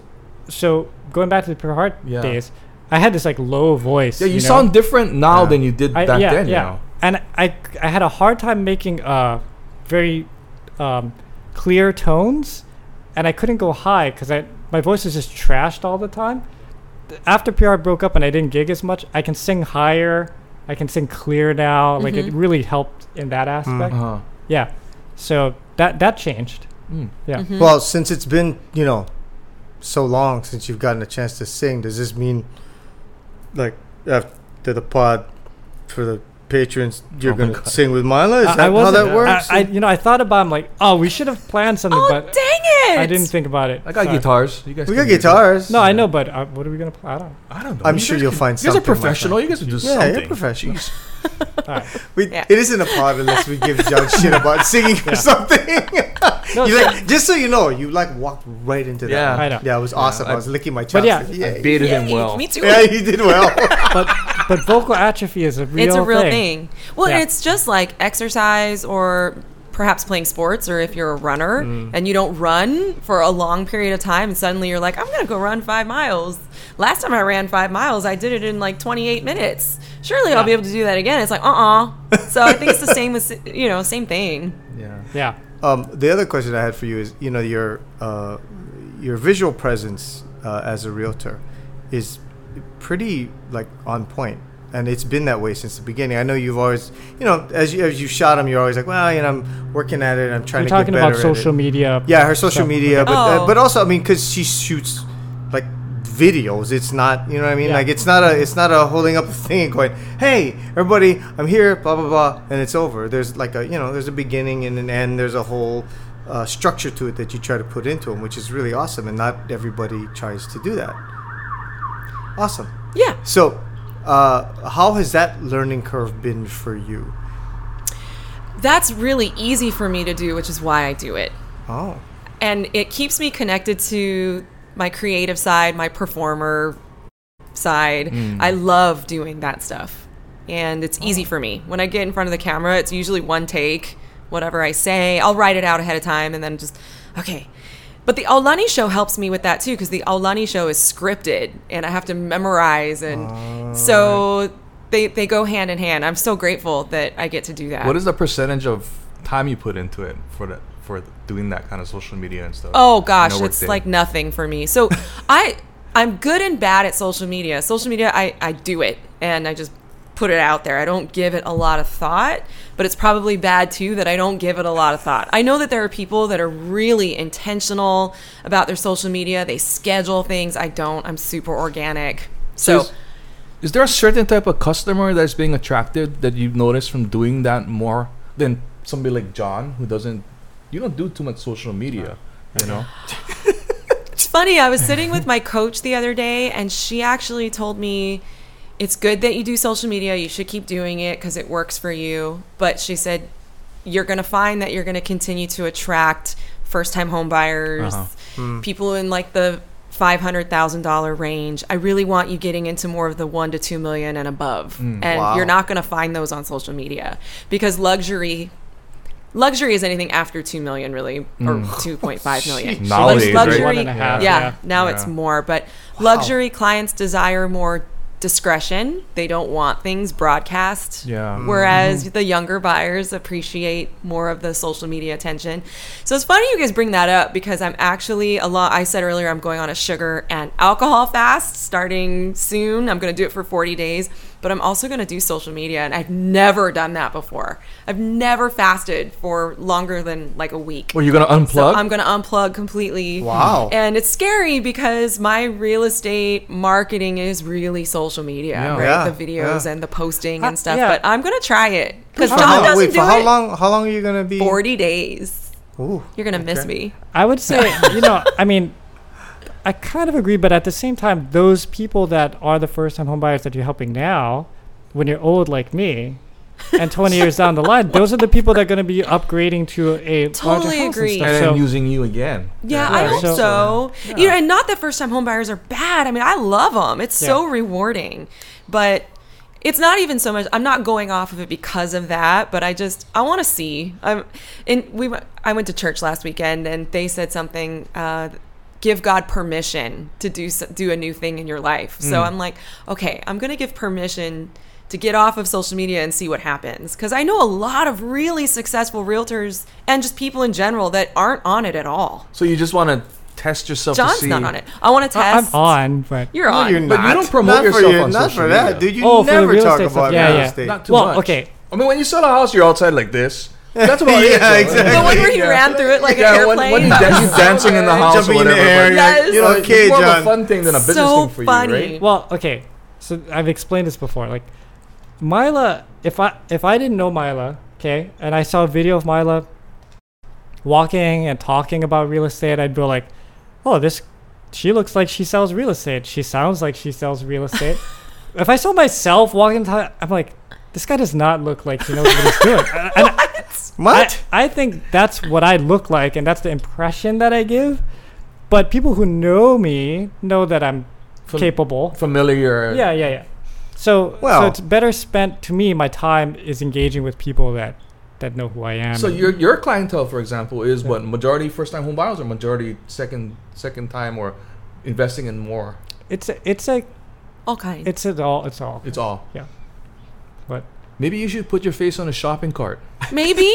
Speaker 1: So going back to the Pure Heart
Speaker 2: Yeah.
Speaker 1: days, I had this like low voice.
Speaker 2: Yeah, you,
Speaker 1: know?
Speaker 2: sound different now
Speaker 3: Yeah.
Speaker 2: than you did
Speaker 1: I,
Speaker 2: back
Speaker 1: yeah,
Speaker 2: then.
Speaker 1: yeah.
Speaker 2: You know?
Speaker 1: And I I had a hard time making uh very um, clear tones, and I couldn't go high because I my voice is just trashed all the time. Th- After PR broke up and I didn't gig as much, I can sing higher. I can sing clear now. Like
Speaker 4: Mm-hmm.
Speaker 1: it really helped in that aspect.
Speaker 2: Uh-huh.
Speaker 1: Yeah. So that that changed.
Speaker 2: Mm.
Speaker 1: Yeah.
Speaker 3: Well, since it's been, you know, so long since you've gotten a chance to sing, does this mean, like, after the pod for the patrons, you're
Speaker 2: Oh my
Speaker 3: gonna
Speaker 2: God.
Speaker 3: sing with Mila. Is
Speaker 1: I- I
Speaker 3: that how
Speaker 1: wasn't-
Speaker 3: that works?
Speaker 1: I, I you know I thought about. it, I'm like, oh, we should have planned something,
Speaker 4: Oh,
Speaker 1: but
Speaker 4: dang it!
Speaker 1: I didn't think about it.
Speaker 2: I got
Speaker 1: Sorry.
Speaker 2: guitars. You guys
Speaker 3: we
Speaker 2: can
Speaker 3: got
Speaker 2: do-
Speaker 3: guitars.
Speaker 1: No, I know, but uh, what are we gonna play? I don't.
Speaker 2: I don't know.
Speaker 3: I'm
Speaker 2: You
Speaker 3: sure
Speaker 2: guys
Speaker 3: you'll
Speaker 2: can-
Speaker 3: find
Speaker 2: You guys are
Speaker 3: something like that.
Speaker 2: professional. You guys can do
Speaker 3: Yeah,
Speaker 2: something.
Speaker 3: you're professional.
Speaker 2: Jeez.
Speaker 1: All right.
Speaker 3: We,
Speaker 4: Yeah.
Speaker 3: It isn't a pod unless we give John shit about singing or something.
Speaker 1: No,
Speaker 3: you like, just so you know, you like walked right into that.
Speaker 2: Yeah.
Speaker 1: I know.
Speaker 3: Yeah, it was awesome. I,
Speaker 2: I-
Speaker 3: was licking my
Speaker 1: But yeah.
Speaker 3: chops.
Speaker 2: I
Speaker 3: yeah,
Speaker 2: baited him
Speaker 4: Yay,
Speaker 2: well.
Speaker 4: Me too.
Speaker 3: yeah, you did well.
Speaker 1: but but vocal atrophy is a real.
Speaker 4: it's a real
Speaker 1: thing.
Speaker 4: thing. Well,
Speaker 1: Yeah.
Speaker 4: it's just like exercise or perhaps playing sports or if you're a runner
Speaker 1: Mm.
Speaker 4: and you don't run for a long period of time and suddenly you're like, I'm going to go run five miles. Last time I ran five miles, I did it in like 28 minutes. Surely I'll be able to do that again. It's like, uh uh So I think it's the same with, you know, same thing.
Speaker 2: Yeah.
Speaker 1: Yeah.
Speaker 3: um, the other question I had for you is, you know, your uh, your visual presence uh, as a realtor is pretty like on point, and it's been that way since the beginning. I know you've always, you know, as you as you shot them, you're always like, well, you know, I'm working at it. I'm trying
Speaker 1: You're
Speaker 3: to get
Speaker 1: talking
Speaker 3: better.
Speaker 1: about
Speaker 3: at
Speaker 1: social
Speaker 3: it.
Speaker 1: media.
Speaker 3: Yeah, her social
Speaker 1: stuff.
Speaker 3: media, but
Speaker 4: Oh.
Speaker 3: uh, but also I mean, because she shoots like videos. It's not you know what I mean.
Speaker 1: Yeah.
Speaker 3: Like it's not a it's not a holding up a thing and going, hey everybody, I'm here, blah blah blah, and it's over. There's like a you know there's a beginning and an end. There's a whole uh, structure to it that you try to put into them, which is really awesome, and not everybody tries to do that. Awesome.
Speaker 4: Yeah.
Speaker 3: So, uh, how has that learning curve been for you?
Speaker 4: That's really easy for me to do, which is why I do it.
Speaker 3: Oh,
Speaker 4: and it keeps me connected to my creative side, my performer side. I love doing that stuff. And it's easy for me. When I get in front of the camera, it's usually one take, whatever I say. I'll write it out ahead of time and then just, okay. But the Aulani show helps me with that too, because the Aulani show is scripted and I have to memorize. And so they, they go hand in hand. I'm so grateful that I get to do that.
Speaker 2: What is the percentage of time you put into it for that for doing that kind of social media and stuff?
Speaker 4: Oh gosh,
Speaker 2: No work
Speaker 4: it's
Speaker 2: day.
Speaker 4: like nothing for me. So I I'm good and bad at social media. Social media I, I do it and I just put it out there. I don't give it a lot of thought, but it's probably bad too that I don't give it a lot of thought. I know that there are people that are really intentional about their social media. They schedule things. I don't. I'm super organic. So,
Speaker 2: is, is there a certain type of customer that's being attracted that you've noticed from doing that more than somebody like John who doesn't? You don't do too much social media, you know.
Speaker 4: It's funny. I was sitting with my coach the other day, and she actually told me it's good that you do social media. You should keep doing it because it works for you. But she said you're going to find that you're going to continue to attract first time home buyers,
Speaker 2: Uh-huh.
Speaker 4: people in like the $500,000 range. I really want you getting into more of the 1 to 2 million and above. and
Speaker 3: Wow.
Speaker 4: you're not going to find those on social media because luxury luxury is anything after 2 million really or 2.5 million.
Speaker 3: Jeez.
Speaker 2: Nowadays,
Speaker 4: luxury,
Speaker 1: right? One and a half,
Speaker 4: yeah,
Speaker 1: yeah.
Speaker 4: now it's
Speaker 2: Yeah.
Speaker 4: more. But luxury clients desire more discretion. They don't want things broadcast.
Speaker 2: Yeah. Mm-hmm.
Speaker 4: Whereas the younger buyers appreciate more of the social media attention. So it's funny you guys bring that up because I'm actually a lot. I said earlier I'm going on a sugar and alcohol fast starting soon. I'm going to do it for 40 days, but I'm also going to do social media, and I've never done that before. I've never fasted for longer than like a week.
Speaker 2: Well, you're gonna
Speaker 4: So
Speaker 2: unplug.
Speaker 4: I'm going to unplug completely.
Speaker 3: Wow.
Speaker 4: And it's scary because my real estate marketing is really social media,
Speaker 2: Yeah.
Speaker 4: right? The
Speaker 3: Yeah,
Speaker 4: videos
Speaker 3: yeah.
Speaker 4: and the posting
Speaker 1: Uh,
Speaker 4: and stuff.
Speaker 1: yeah.
Speaker 4: But I'm going to try it because
Speaker 3: For
Speaker 4: John
Speaker 3: how-
Speaker 4: doesn't
Speaker 3: wait,
Speaker 4: do
Speaker 3: for how
Speaker 4: it.
Speaker 3: long? How long are you gonna be?
Speaker 4: 40 days.
Speaker 3: Ooh.
Speaker 4: You're going to miss
Speaker 3: Okay.
Speaker 4: me.
Speaker 1: I would say, you know, I mean, I kind of agree, but at the same time, those people that are the first time homebuyers that you're helping now, when you're old like me, and 20 years down the line, those are the people that are going to be upgrading to a
Speaker 4: Totally
Speaker 1: larger house
Speaker 4: agree.
Speaker 1: And
Speaker 2: and
Speaker 1: stuff.
Speaker 2: then
Speaker 1: so,
Speaker 2: using you again.
Speaker 4: Yeah, I
Speaker 1: Yeah,
Speaker 4: hope
Speaker 1: so-
Speaker 4: so. You know, and not that first time home buyers are bad. I mean, I love them. It's so
Speaker 1: Yeah.
Speaker 4: rewarding. But it's not even so much I'm not going off of it because of that, but I just I want to see. I'm and we went- I went to church last weekend and they said something uh give God permission to do s- do a new thing in your life. So
Speaker 1: Mm.
Speaker 4: I'm like, okay, I'm going to give permission to get off of social media and see what happens cuz I know a lot of really successful realtors and just people in general that aren't on it at all.
Speaker 2: So you just want to test yourself. to
Speaker 4: John's
Speaker 2: see,
Speaker 4: not on it. I want to
Speaker 1: I- I'm
Speaker 4: test.
Speaker 1: on, but.
Speaker 4: You're
Speaker 3: No,
Speaker 4: on.
Speaker 3: you're
Speaker 2: But you
Speaker 3: not.
Speaker 2: don't promote
Speaker 3: Not for
Speaker 2: yourself
Speaker 3: your-
Speaker 2: on
Speaker 3: Not
Speaker 2: social
Speaker 3: for
Speaker 2: media.
Speaker 3: that, dude. You
Speaker 1: Oh, for the
Speaker 3: never
Speaker 1: real
Speaker 3: talk
Speaker 1: estate stuff.
Speaker 3: about
Speaker 1: Yeah,
Speaker 3: real
Speaker 1: yeah.
Speaker 3: estate.
Speaker 2: Not too
Speaker 1: Well,
Speaker 2: much.
Speaker 1: okay.
Speaker 2: I mean, when you sell a house, you're outside like this. That's about
Speaker 3: Yeah,
Speaker 2: it. though.
Speaker 3: exactly.
Speaker 4: the one where he ran through it like an
Speaker 2: Yeah, when,
Speaker 4: airplane.
Speaker 2: when you
Speaker 4: That
Speaker 2: dan-
Speaker 4: was
Speaker 2: you
Speaker 4: so
Speaker 2: dancing in the
Speaker 4: good.
Speaker 2: house
Speaker 3: Jumping
Speaker 2: or
Speaker 3: in the
Speaker 2: whatever.
Speaker 3: air,
Speaker 2: but-
Speaker 3: you're like,
Speaker 4: Yes.
Speaker 3: you know,
Speaker 2: It's
Speaker 3: okay,
Speaker 2: more
Speaker 3: John.
Speaker 2: of a fun thing than a business
Speaker 4: So
Speaker 2: thing for
Speaker 4: funny.
Speaker 2: you, right?
Speaker 1: Well, okay. So I've explained this before. Like, Mila, if I if I didn't know Mila, okay, and I saw a video of Mila walking and talking about real estate, I'd be like, "Oh, this she looks like she sells real estate. She sounds like she sells real estate." if I saw myself walking, i I'm like, "This guy does not look like he knows what he's doing." And- and
Speaker 3: What?
Speaker 1: I, I think that's what I look like, and that's the impression that I give. But people who know me know that I'm
Speaker 2: Fam-
Speaker 1: capable.
Speaker 2: familiar.
Speaker 1: Yeah, yeah, yeah. So,
Speaker 3: Well-
Speaker 1: so it's better spent to me. My time is engaging with people that that know who I am.
Speaker 2: So
Speaker 1: and-
Speaker 2: your your clientele, for example, is what majority first time home buyers or majority second second time or investing in more.
Speaker 1: it's a, it's a
Speaker 4: All kinds.
Speaker 1: it's it all it's all.
Speaker 2: It's all.
Speaker 1: yeah. But
Speaker 2: Maybe you should put your face on a shopping cart.
Speaker 4: Maybe.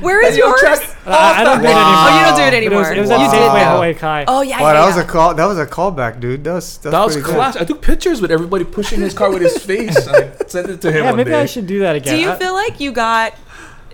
Speaker 4: Where is
Speaker 2: You'll
Speaker 4: yours?
Speaker 2: attract
Speaker 1: I, I don't do it
Speaker 3: Wow.
Speaker 1: anymore.
Speaker 4: Oh, you don't do it
Speaker 1: It
Speaker 4: anymore.
Speaker 1: was, it was
Speaker 3: Wow.
Speaker 1: at Safeway
Speaker 3: Wow.
Speaker 1: Hawaii Kai.
Speaker 4: oh yeah.
Speaker 3: Wow,
Speaker 4: yeah,
Speaker 3: that was
Speaker 4: yeah.
Speaker 3: a call. That was a callback, dude. That was that's
Speaker 2: That was
Speaker 3: pretty good.
Speaker 2: class. I took pictures with everybody pushing his cart with his face. and I sent it to him.
Speaker 1: yeah,
Speaker 2: one
Speaker 1: maybe
Speaker 2: day.
Speaker 1: I should do that again. Uh,
Speaker 4: Do you
Speaker 1: I-
Speaker 4: feel like you got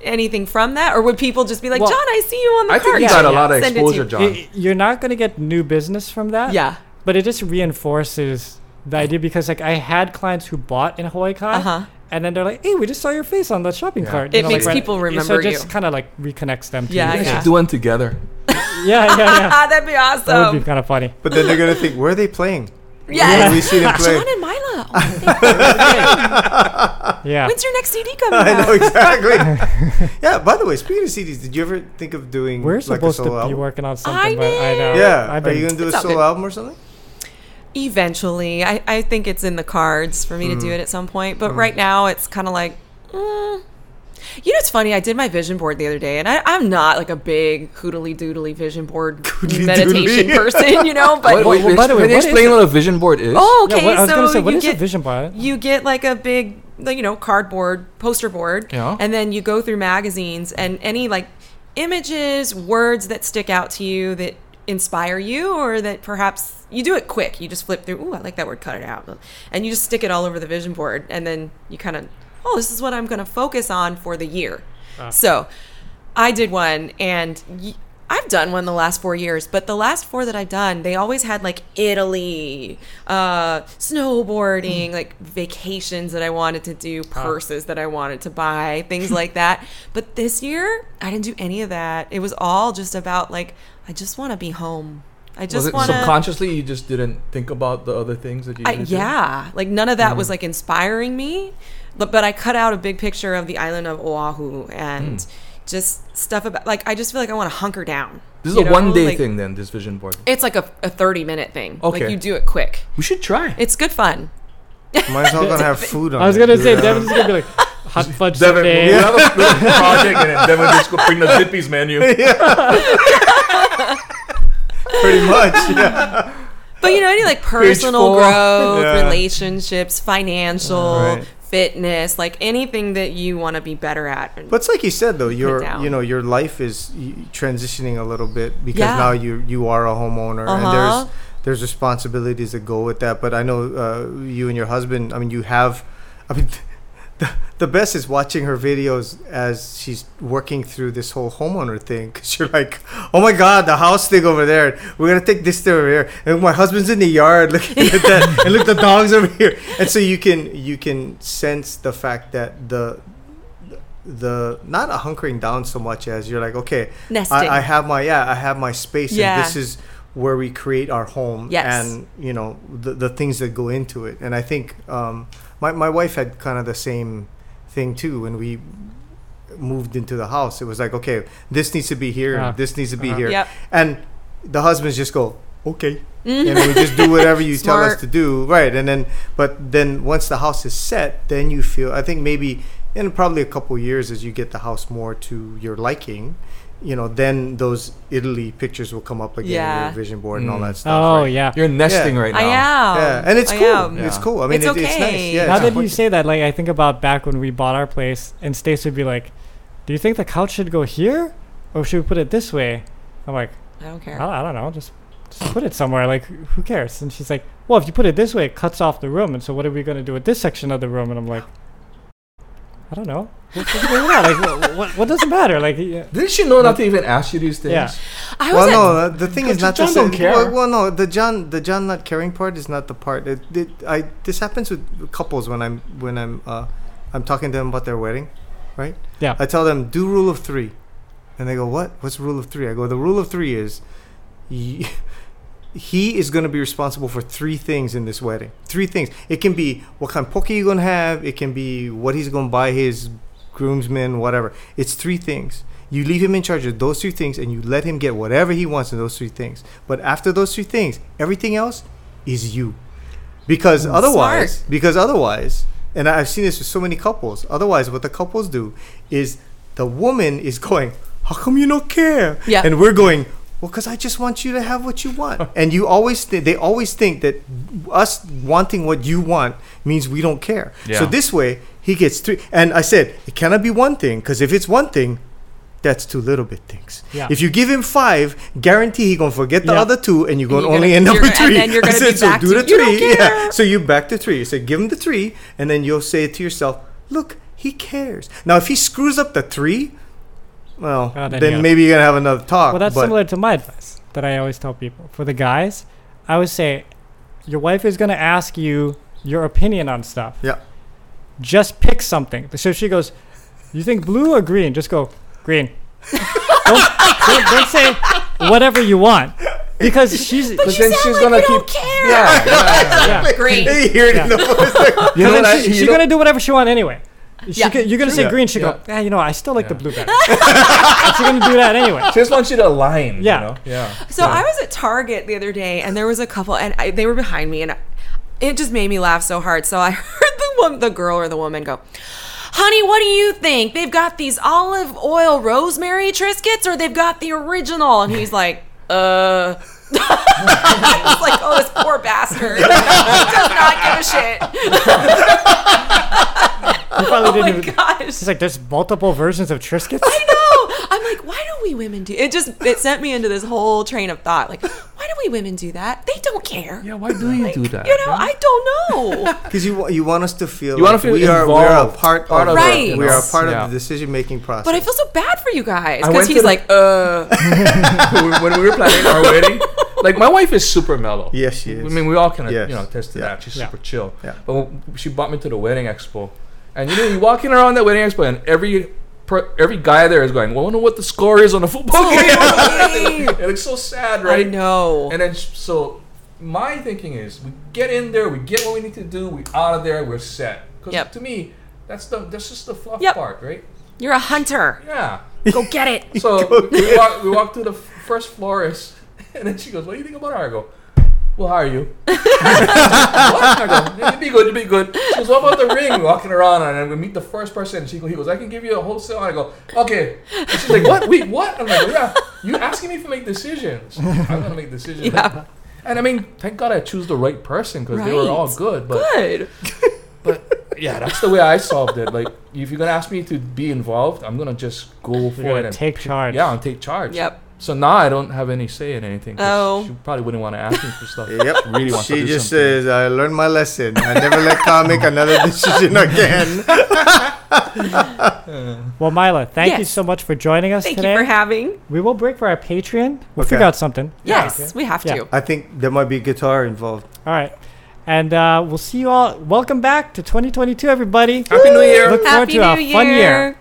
Speaker 4: anything from that, or would people just be like,
Speaker 1: Well,
Speaker 4: "John, I see you on the
Speaker 2: I think
Speaker 4: cart."
Speaker 2: you
Speaker 1: Yeah,
Speaker 2: got a
Speaker 1: yeah.
Speaker 2: lot of
Speaker 4: Send it to
Speaker 2: exposure,
Speaker 4: you.
Speaker 2: John.
Speaker 1: It- you're not going to get new business from that.
Speaker 4: Yeah.
Speaker 1: But it just reinforces the idea because like I had clients who bought in Hawaii Kai,
Speaker 4: Uh-huh.
Speaker 1: and then they're like, "Hey, we just saw your face on that shopping
Speaker 2: Yeah.
Speaker 1: cart."
Speaker 4: It makes
Speaker 1: like,
Speaker 4: people
Speaker 1: So
Speaker 4: remember
Speaker 1: it just
Speaker 4: you.
Speaker 1: kind of like reconnects them. To
Speaker 4: Yeah,
Speaker 1: you.
Speaker 2: We should
Speaker 4: yeah.
Speaker 2: do one together.
Speaker 1: yeah, yeah, yeah.
Speaker 4: Ah, that'd be
Speaker 1: That would
Speaker 4: awesome.
Speaker 1: be kind of funny.
Speaker 3: But then they're gonna think, where are they playing? Where
Speaker 4: yes.
Speaker 3: do we see them play?
Speaker 4: John and Mila. Oh, thank-
Speaker 1: Yeah.
Speaker 4: When's your next CD coming
Speaker 3: I
Speaker 4: out?
Speaker 3: know exactly. yeah. By the way, speaking of CDs, did you ever think of doing
Speaker 1: We're
Speaker 3: like a
Speaker 1: supposed
Speaker 3: solo
Speaker 1: to be
Speaker 3: album?
Speaker 1: working on something, but I
Speaker 4: did.
Speaker 1: know.
Speaker 3: Yeah.
Speaker 1: I've
Speaker 3: Are you
Speaker 1: been,
Speaker 3: gonna do a
Speaker 4: It's all
Speaker 3: solo
Speaker 4: good.
Speaker 3: album or something?
Speaker 4: Eventually, I, I think it's in the cards for me to
Speaker 1: Hmm.
Speaker 4: do it at some point. But right now, it's kind of like, mm. you know, it's funny. I did my vision board the other day, and I, I'm not like a big hoodly doodly vision board
Speaker 3: Hoodly
Speaker 4: meditation
Speaker 3: doodly.
Speaker 4: person, you know. But
Speaker 1: wait, by the way,
Speaker 2: can you
Speaker 1: what is
Speaker 2: explain
Speaker 1: it?
Speaker 2: what a vision board is?
Speaker 4: oh,
Speaker 1: yeah,
Speaker 4: okay,
Speaker 1: what, I was
Speaker 4: so
Speaker 1: gonna say, what
Speaker 4: you
Speaker 1: is
Speaker 4: get
Speaker 1: a vision board?
Speaker 4: you get like a big like, you know cardboard poster board
Speaker 2: Yeah.
Speaker 4: and then you go through magazines and any like images words that stick out to you that inspire you or that perhaps you do it quick you just flip through ooh i like that word cut it out and you just stick it all over the vision board and then you kind of oh this is what i'm going to focus on for the year
Speaker 2: Ah.
Speaker 4: so i did one and y- I've done one the last four years, but the last four that I've done, they always had like Italy, uh,
Speaker 2: Mm.
Speaker 4: snowboarding, like vacations that I wanted to do,
Speaker 2: Ah.
Speaker 4: purses that I wanted to buy, things like that. But this year, I didn't do any of that. It was all just about like, I just want to be home. I
Speaker 2: Was
Speaker 4: just
Speaker 2: it
Speaker 4: want to.
Speaker 2: subconsciously you just didn't think about the other things that you?
Speaker 4: I,
Speaker 2: didn't do?
Speaker 4: yeah, like none of that
Speaker 2: Mm.
Speaker 4: was like inspiring me, but, but I cut out a big picture of the island of Oahu and
Speaker 2: Hmm.
Speaker 4: just stuff about like I just feel like I want to hunker down.
Speaker 2: This is
Speaker 4: you
Speaker 2: a
Speaker 4: know?
Speaker 2: one day
Speaker 4: Like,
Speaker 2: thing then. This vision board.
Speaker 4: It's like a, a 30 minute thing. Like
Speaker 2: Okay.
Speaker 4: you do it quick.
Speaker 2: We should try.
Speaker 4: It's good fun.
Speaker 3: Might as well gonna have food on.
Speaker 1: I was
Speaker 3: it,
Speaker 1: gonna
Speaker 3: dude.
Speaker 1: say Devin's gonna be like hot fudge
Speaker 2: Devin,
Speaker 1: sundae.
Speaker 2: we'll have a little project and then Devin just go bring the zippies menu.
Speaker 3: Pretty much. Yeah.
Speaker 4: But you know, any like personal
Speaker 2: four.
Speaker 4: growth,
Speaker 3: Yeah.
Speaker 4: relationships, financial,
Speaker 3: Right.
Speaker 4: fitness, like anything that you want to be better at.
Speaker 3: But it's like you said though, your
Speaker 4: down.
Speaker 3: you know your life is y- transitioning a little bit because
Speaker 4: Yeah.
Speaker 3: now you you are a homeowner and
Speaker 4: Uh-huh.
Speaker 3: there's there's responsibilities that go with that. But I know uh, you and your husband. I mean, you have. I mean, the the best is watching her videos as she's working through this whole homeowner thing. Cause you're like, oh my god, the house thing over there. We're gonna take this thing over here, and my husband's in the yard looking at that, and look the dogs over here. And so you can you can sense the fact that the the not a hunkering down so much as you're like okay
Speaker 4: Nesting.
Speaker 3: I, I have my yeah i have my space
Speaker 4: Yeah.
Speaker 3: and this is where we create our home
Speaker 4: Yes.
Speaker 3: and you know the, the things that go into it and i think um, my, my wife had kind of the same thing too when we moved into the house it was like okay this needs to be here
Speaker 1: Uh,
Speaker 3: this needs to be
Speaker 1: uh-huh.
Speaker 3: here
Speaker 4: Yep.
Speaker 3: and the husbands just go okay and we just do whatever you tell us
Speaker 4: Mm-hmm. Smart.
Speaker 3: to do right and then but then once the house is set then you feel i think maybe in probably a couple years as you get the house more to your liking you know then those italy pictures will come up again in
Speaker 4: Yeah.
Speaker 3: your vision board and all
Speaker 2: Mm.
Speaker 3: that stuff
Speaker 1: Oh
Speaker 3: right?
Speaker 1: yeah.
Speaker 2: You're nesting
Speaker 3: Yeah.
Speaker 2: right now.
Speaker 4: I am.
Speaker 3: yeah and it's
Speaker 4: Um, I
Speaker 3: cool
Speaker 4: am.
Speaker 3: it's
Speaker 2: Yeah.
Speaker 3: cool i mean
Speaker 4: It's
Speaker 3: it, it's nice
Speaker 4: okay.
Speaker 3: yeah
Speaker 1: now
Speaker 3: it's
Speaker 1: that you
Speaker 3: important.
Speaker 1: say that, like I think about back when we bought our place, and Stace would be like, "Do you think the couch should go here, or should we put it this way?" I'm like,
Speaker 4: I don't
Speaker 1: "I
Speaker 4: care.
Speaker 1: don't, I don't know, just just put it somewhere. Like who who cares?" And she's like, "Well, if you put it this way, it cuts off the room, and so what are we gonna do with this section of the room?" And I'm like, "I don't know. What does it matter? Like, what, what, what does it matter? Like, yeah.
Speaker 2: Didn't she know not to even ask you these things?
Speaker 1: Yeah.
Speaker 4: I was
Speaker 3: Well,
Speaker 4: at-
Speaker 3: no, uh, the thing is
Speaker 2: John
Speaker 3: not to say.
Speaker 2: don't care.
Speaker 3: Well, well, no, the John, the John not caring part is not the part. It, it, I this happens with couples when I'm when I'm uh, I'm talking to them about their wedding, right?
Speaker 1: Yeah.
Speaker 3: I tell them do rule of three, and they go, "What? What's rule of three? I go, "The rule of three is, y- he is going to be responsible for three things in this wedding. Three things. It can be what kind of poke you're going to have. It can be what he's going to buy his groomsmen, whatever. It's three things. You leave him in charge of those three things, and you let him get whatever he wants in those three things. But after those three things, everything else is you, because otherwise, because otherwise, and I've seen this with so many couples. Otherwise, what the couples do is the woman is going, "How come you don't care?"
Speaker 4: Yeah.
Speaker 3: and we're going. Well, because I just want you to have what you want, and you always th- they always think that us wanting what you want means we don't care. So
Speaker 2: Yeah.
Speaker 3: this way, he gets three. And I said it cannot be one thing because if it's one thing, that's two little bit things.
Speaker 1: Yeah.
Speaker 3: If you give him five, guarantee he gonna forget the
Speaker 1: Yeah.
Speaker 3: other two, and you gonna
Speaker 4: you're
Speaker 3: only
Speaker 4: gonna-
Speaker 3: end up
Speaker 4: you're
Speaker 3: with
Speaker 4: gonna- and
Speaker 3: three.
Speaker 4: then you're
Speaker 3: I
Speaker 4: gonna
Speaker 3: said
Speaker 4: be
Speaker 3: so
Speaker 4: back
Speaker 3: do
Speaker 4: to,
Speaker 3: the
Speaker 4: "You don't
Speaker 3: three. Yeah.
Speaker 4: care."
Speaker 3: So you back to three. You say give him the three, and then you'll say to yourself, look, he cares. Now if he screws up the three. Well,
Speaker 1: Oh,
Speaker 3: then,
Speaker 1: then yeah.
Speaker 3: maybe you're gonna have another talk.
Speaker 1: Well, that's
Speaker 3: but
Speaker 1: similar to my advice that I always tell people. For the guys, I would say your wife is going to ask you your opinion on stuff.
Speaker 3: Yeah.
Speaker 1: Just pick something. So she goes, You think blue or green? Just go, green. don't, don't, don't say whatever you want. Because she's.
Speaker 2: But then she's
Speaker 4: like
Speaker 2: gonna
Speaker 4: we
Speaker 2: keep.
Speaker 4: don't care.
Speaker 2: Yeah. yeah.
Speaker 1: yeah.
Speaker 4: Green.
Speaker 3: They hear it in the voice. Like,
Speaker 2: You know what? I,
Speaker 1: she's
Speaker 2: you know-
Speaker 1: going to do whatever she wants anyway. She
Speaker 4: Yeah.
Speaker 1: could- you're going to say
Speaker 2: Yeah.
Speaker 1: green. She go, ah, you know, I still like the blue better. she's going to do that anyway.
Speaker 2: she just wants you to align.
Speaker 1: Yeah.
Speaker 2: You know? Yeah.
Speaker 4: So I was at Target the other day, and there was a couple, and I, they were behind me, and it just made me laugh so hard. So I heard the woman, the girl or the woman, go, "Honey, what do you think? They've got these olive oil rosemary triscuits, or they've got the original?" And he's like, "Uh." I was like, "Oh, this poor bastard he does not give a shit."
Speaker 1: You probably
Speaker 4: Oh my
Speaker 1: didn't even-
Speaker 4: gosh.
Speaker 1: It's like there's multiple versions of Triscuits.
Speaker 4: I know. I'm like, why do we women do? It just it sent me into this whole train of thought. Like, why do we women do that? They don't care.
Speaker 2: Yeah. Why do you do that?
Speaker 4: You know, I don't know.
Speaker 3: Because you, wa- you want us to feel
Speaker 2: You wanna
Speaker 3: like
Speaker 2: feel
Speaker 3: we are we are a
Speaker 2: involved,
Speaker 3: part,
Speaker 2: part
Speaker 3: of,
Speaker 2: of
Speaker 4: it,
Speaker 3: the-
Speaker 4: you
Speaker 3: we
Speaker 4: know?
Speaker 3: are a part
Speaker 2: Yeah.
Speaker 3: of the decision making process.
Speaker 4: But I feel so bad for you guys because
Speaker 2: went to
Speaker 4: he's
Speaker 2: the-
Speaker 4: like, uh,
Speaker 2: when, when we were planning our wedding, like my wife is super mellow.
Speaker 3: Yes, she
Speaker 2: I
Speaker 3: is.
Speaker 2: mean, we all kind of
Speaker 3: Yes.
Speaker 2: you know attest to
Speaker 3: Yeah.
Speaker 2: that. She's
Speaker 1: Yeah.
Speaker 2: super chill.
Speaker 3: Yeah.
Speaker 2: But w- she brought me to the wedding expo, and you know, you walking around that wedding expo, and every per, every guy there is going, "Well, I wonder what the score is on the football game."
Speaker 4: Totally.
Speaker 2: and it's so sad, right?
Speaker 4: I know.
Speaker 2: And then sh- so my thinking is, we get in there, we get what we need to do, we out of there, we're set. Because
Speaker 4: Yep.
Speaker 2: to me, that's the that's just the fluff
Speaker 4: Yep.
Speaker 2: part, right?
Speaker 4: You're a hunter.
Speaker 2: Yeah.
Speaker 4: Go get it.
Speaker 2: So we walk, we walk through the f- first florist, and then she goes, "What do you think about her?" I go, "Well, how are you?" what? I go, "Yeah, "It'd be good, it'd be good." She goes, "What about the ring?" We're walking around, and then we meet the first person. She go, "He goes, I can give you a wholesale." And I go, "Okay." And she's like, "What? Wait, what?" I'm like, "Yeah, you asking me to make decisions. I'm gonna make decisions."
Speaker 4: Yeah.
Speaker 2: And I mean, thank God I choose the right person because they were all
Speaker 4: Right.
Speaker 2: good. But
Speaker 4: Good.
Speaker 2: yeah, that's the way I solved it. Like, if you're gonna ask me to be involved, I'm gonna just go
Speaker 1: You're
Speaker 2: for it
Speaker 1: gonna
Speaker 2: and
Speaker 1: take charge.
Speaker 2: yeah, and take charge.
Speaker 4: Yep.
Speaker 2: So now I don't have any say in anything. 'cause
Speaker 4: Oh.
Speaker 2: She probably wouldn't want to ask me for stuff.
Speaker 3: Yep.
Speaker 2: Really wants to
Speaker 3: she
Speaker 2: do
Speaker 3: just
Speaker 2: something.
Speaker 3: says, "I learned my lesson. I never let Kyle make another decision again."
Speaker 1: Well, Mila, thank you
Speaker 4: Yes.
Speaker 1: so much for joining us
Speaker 4: Thank
Speaker 1: today.
Speaker 4: you for having.
Speaker 1: we will break for our Patreon. We'll
Speaker 3: Okay.
Speaker 1: figure out something.
Speaker 4: Yes, we have
Speaker 1: Yeah.
Speaker 4: to.
Speaker 3: I think there might be guitar involved.
Speaker 1: All right. And uh, we'll see you all. Welcome back to 2022, everybody.
Speaker 2: Happy New Year.
Speaker 1: Look forward
Speaker 4: Happy
Speaker 1: to a
Speaker 4: New
Speaker 1: fun year.
Speaker 4: Year.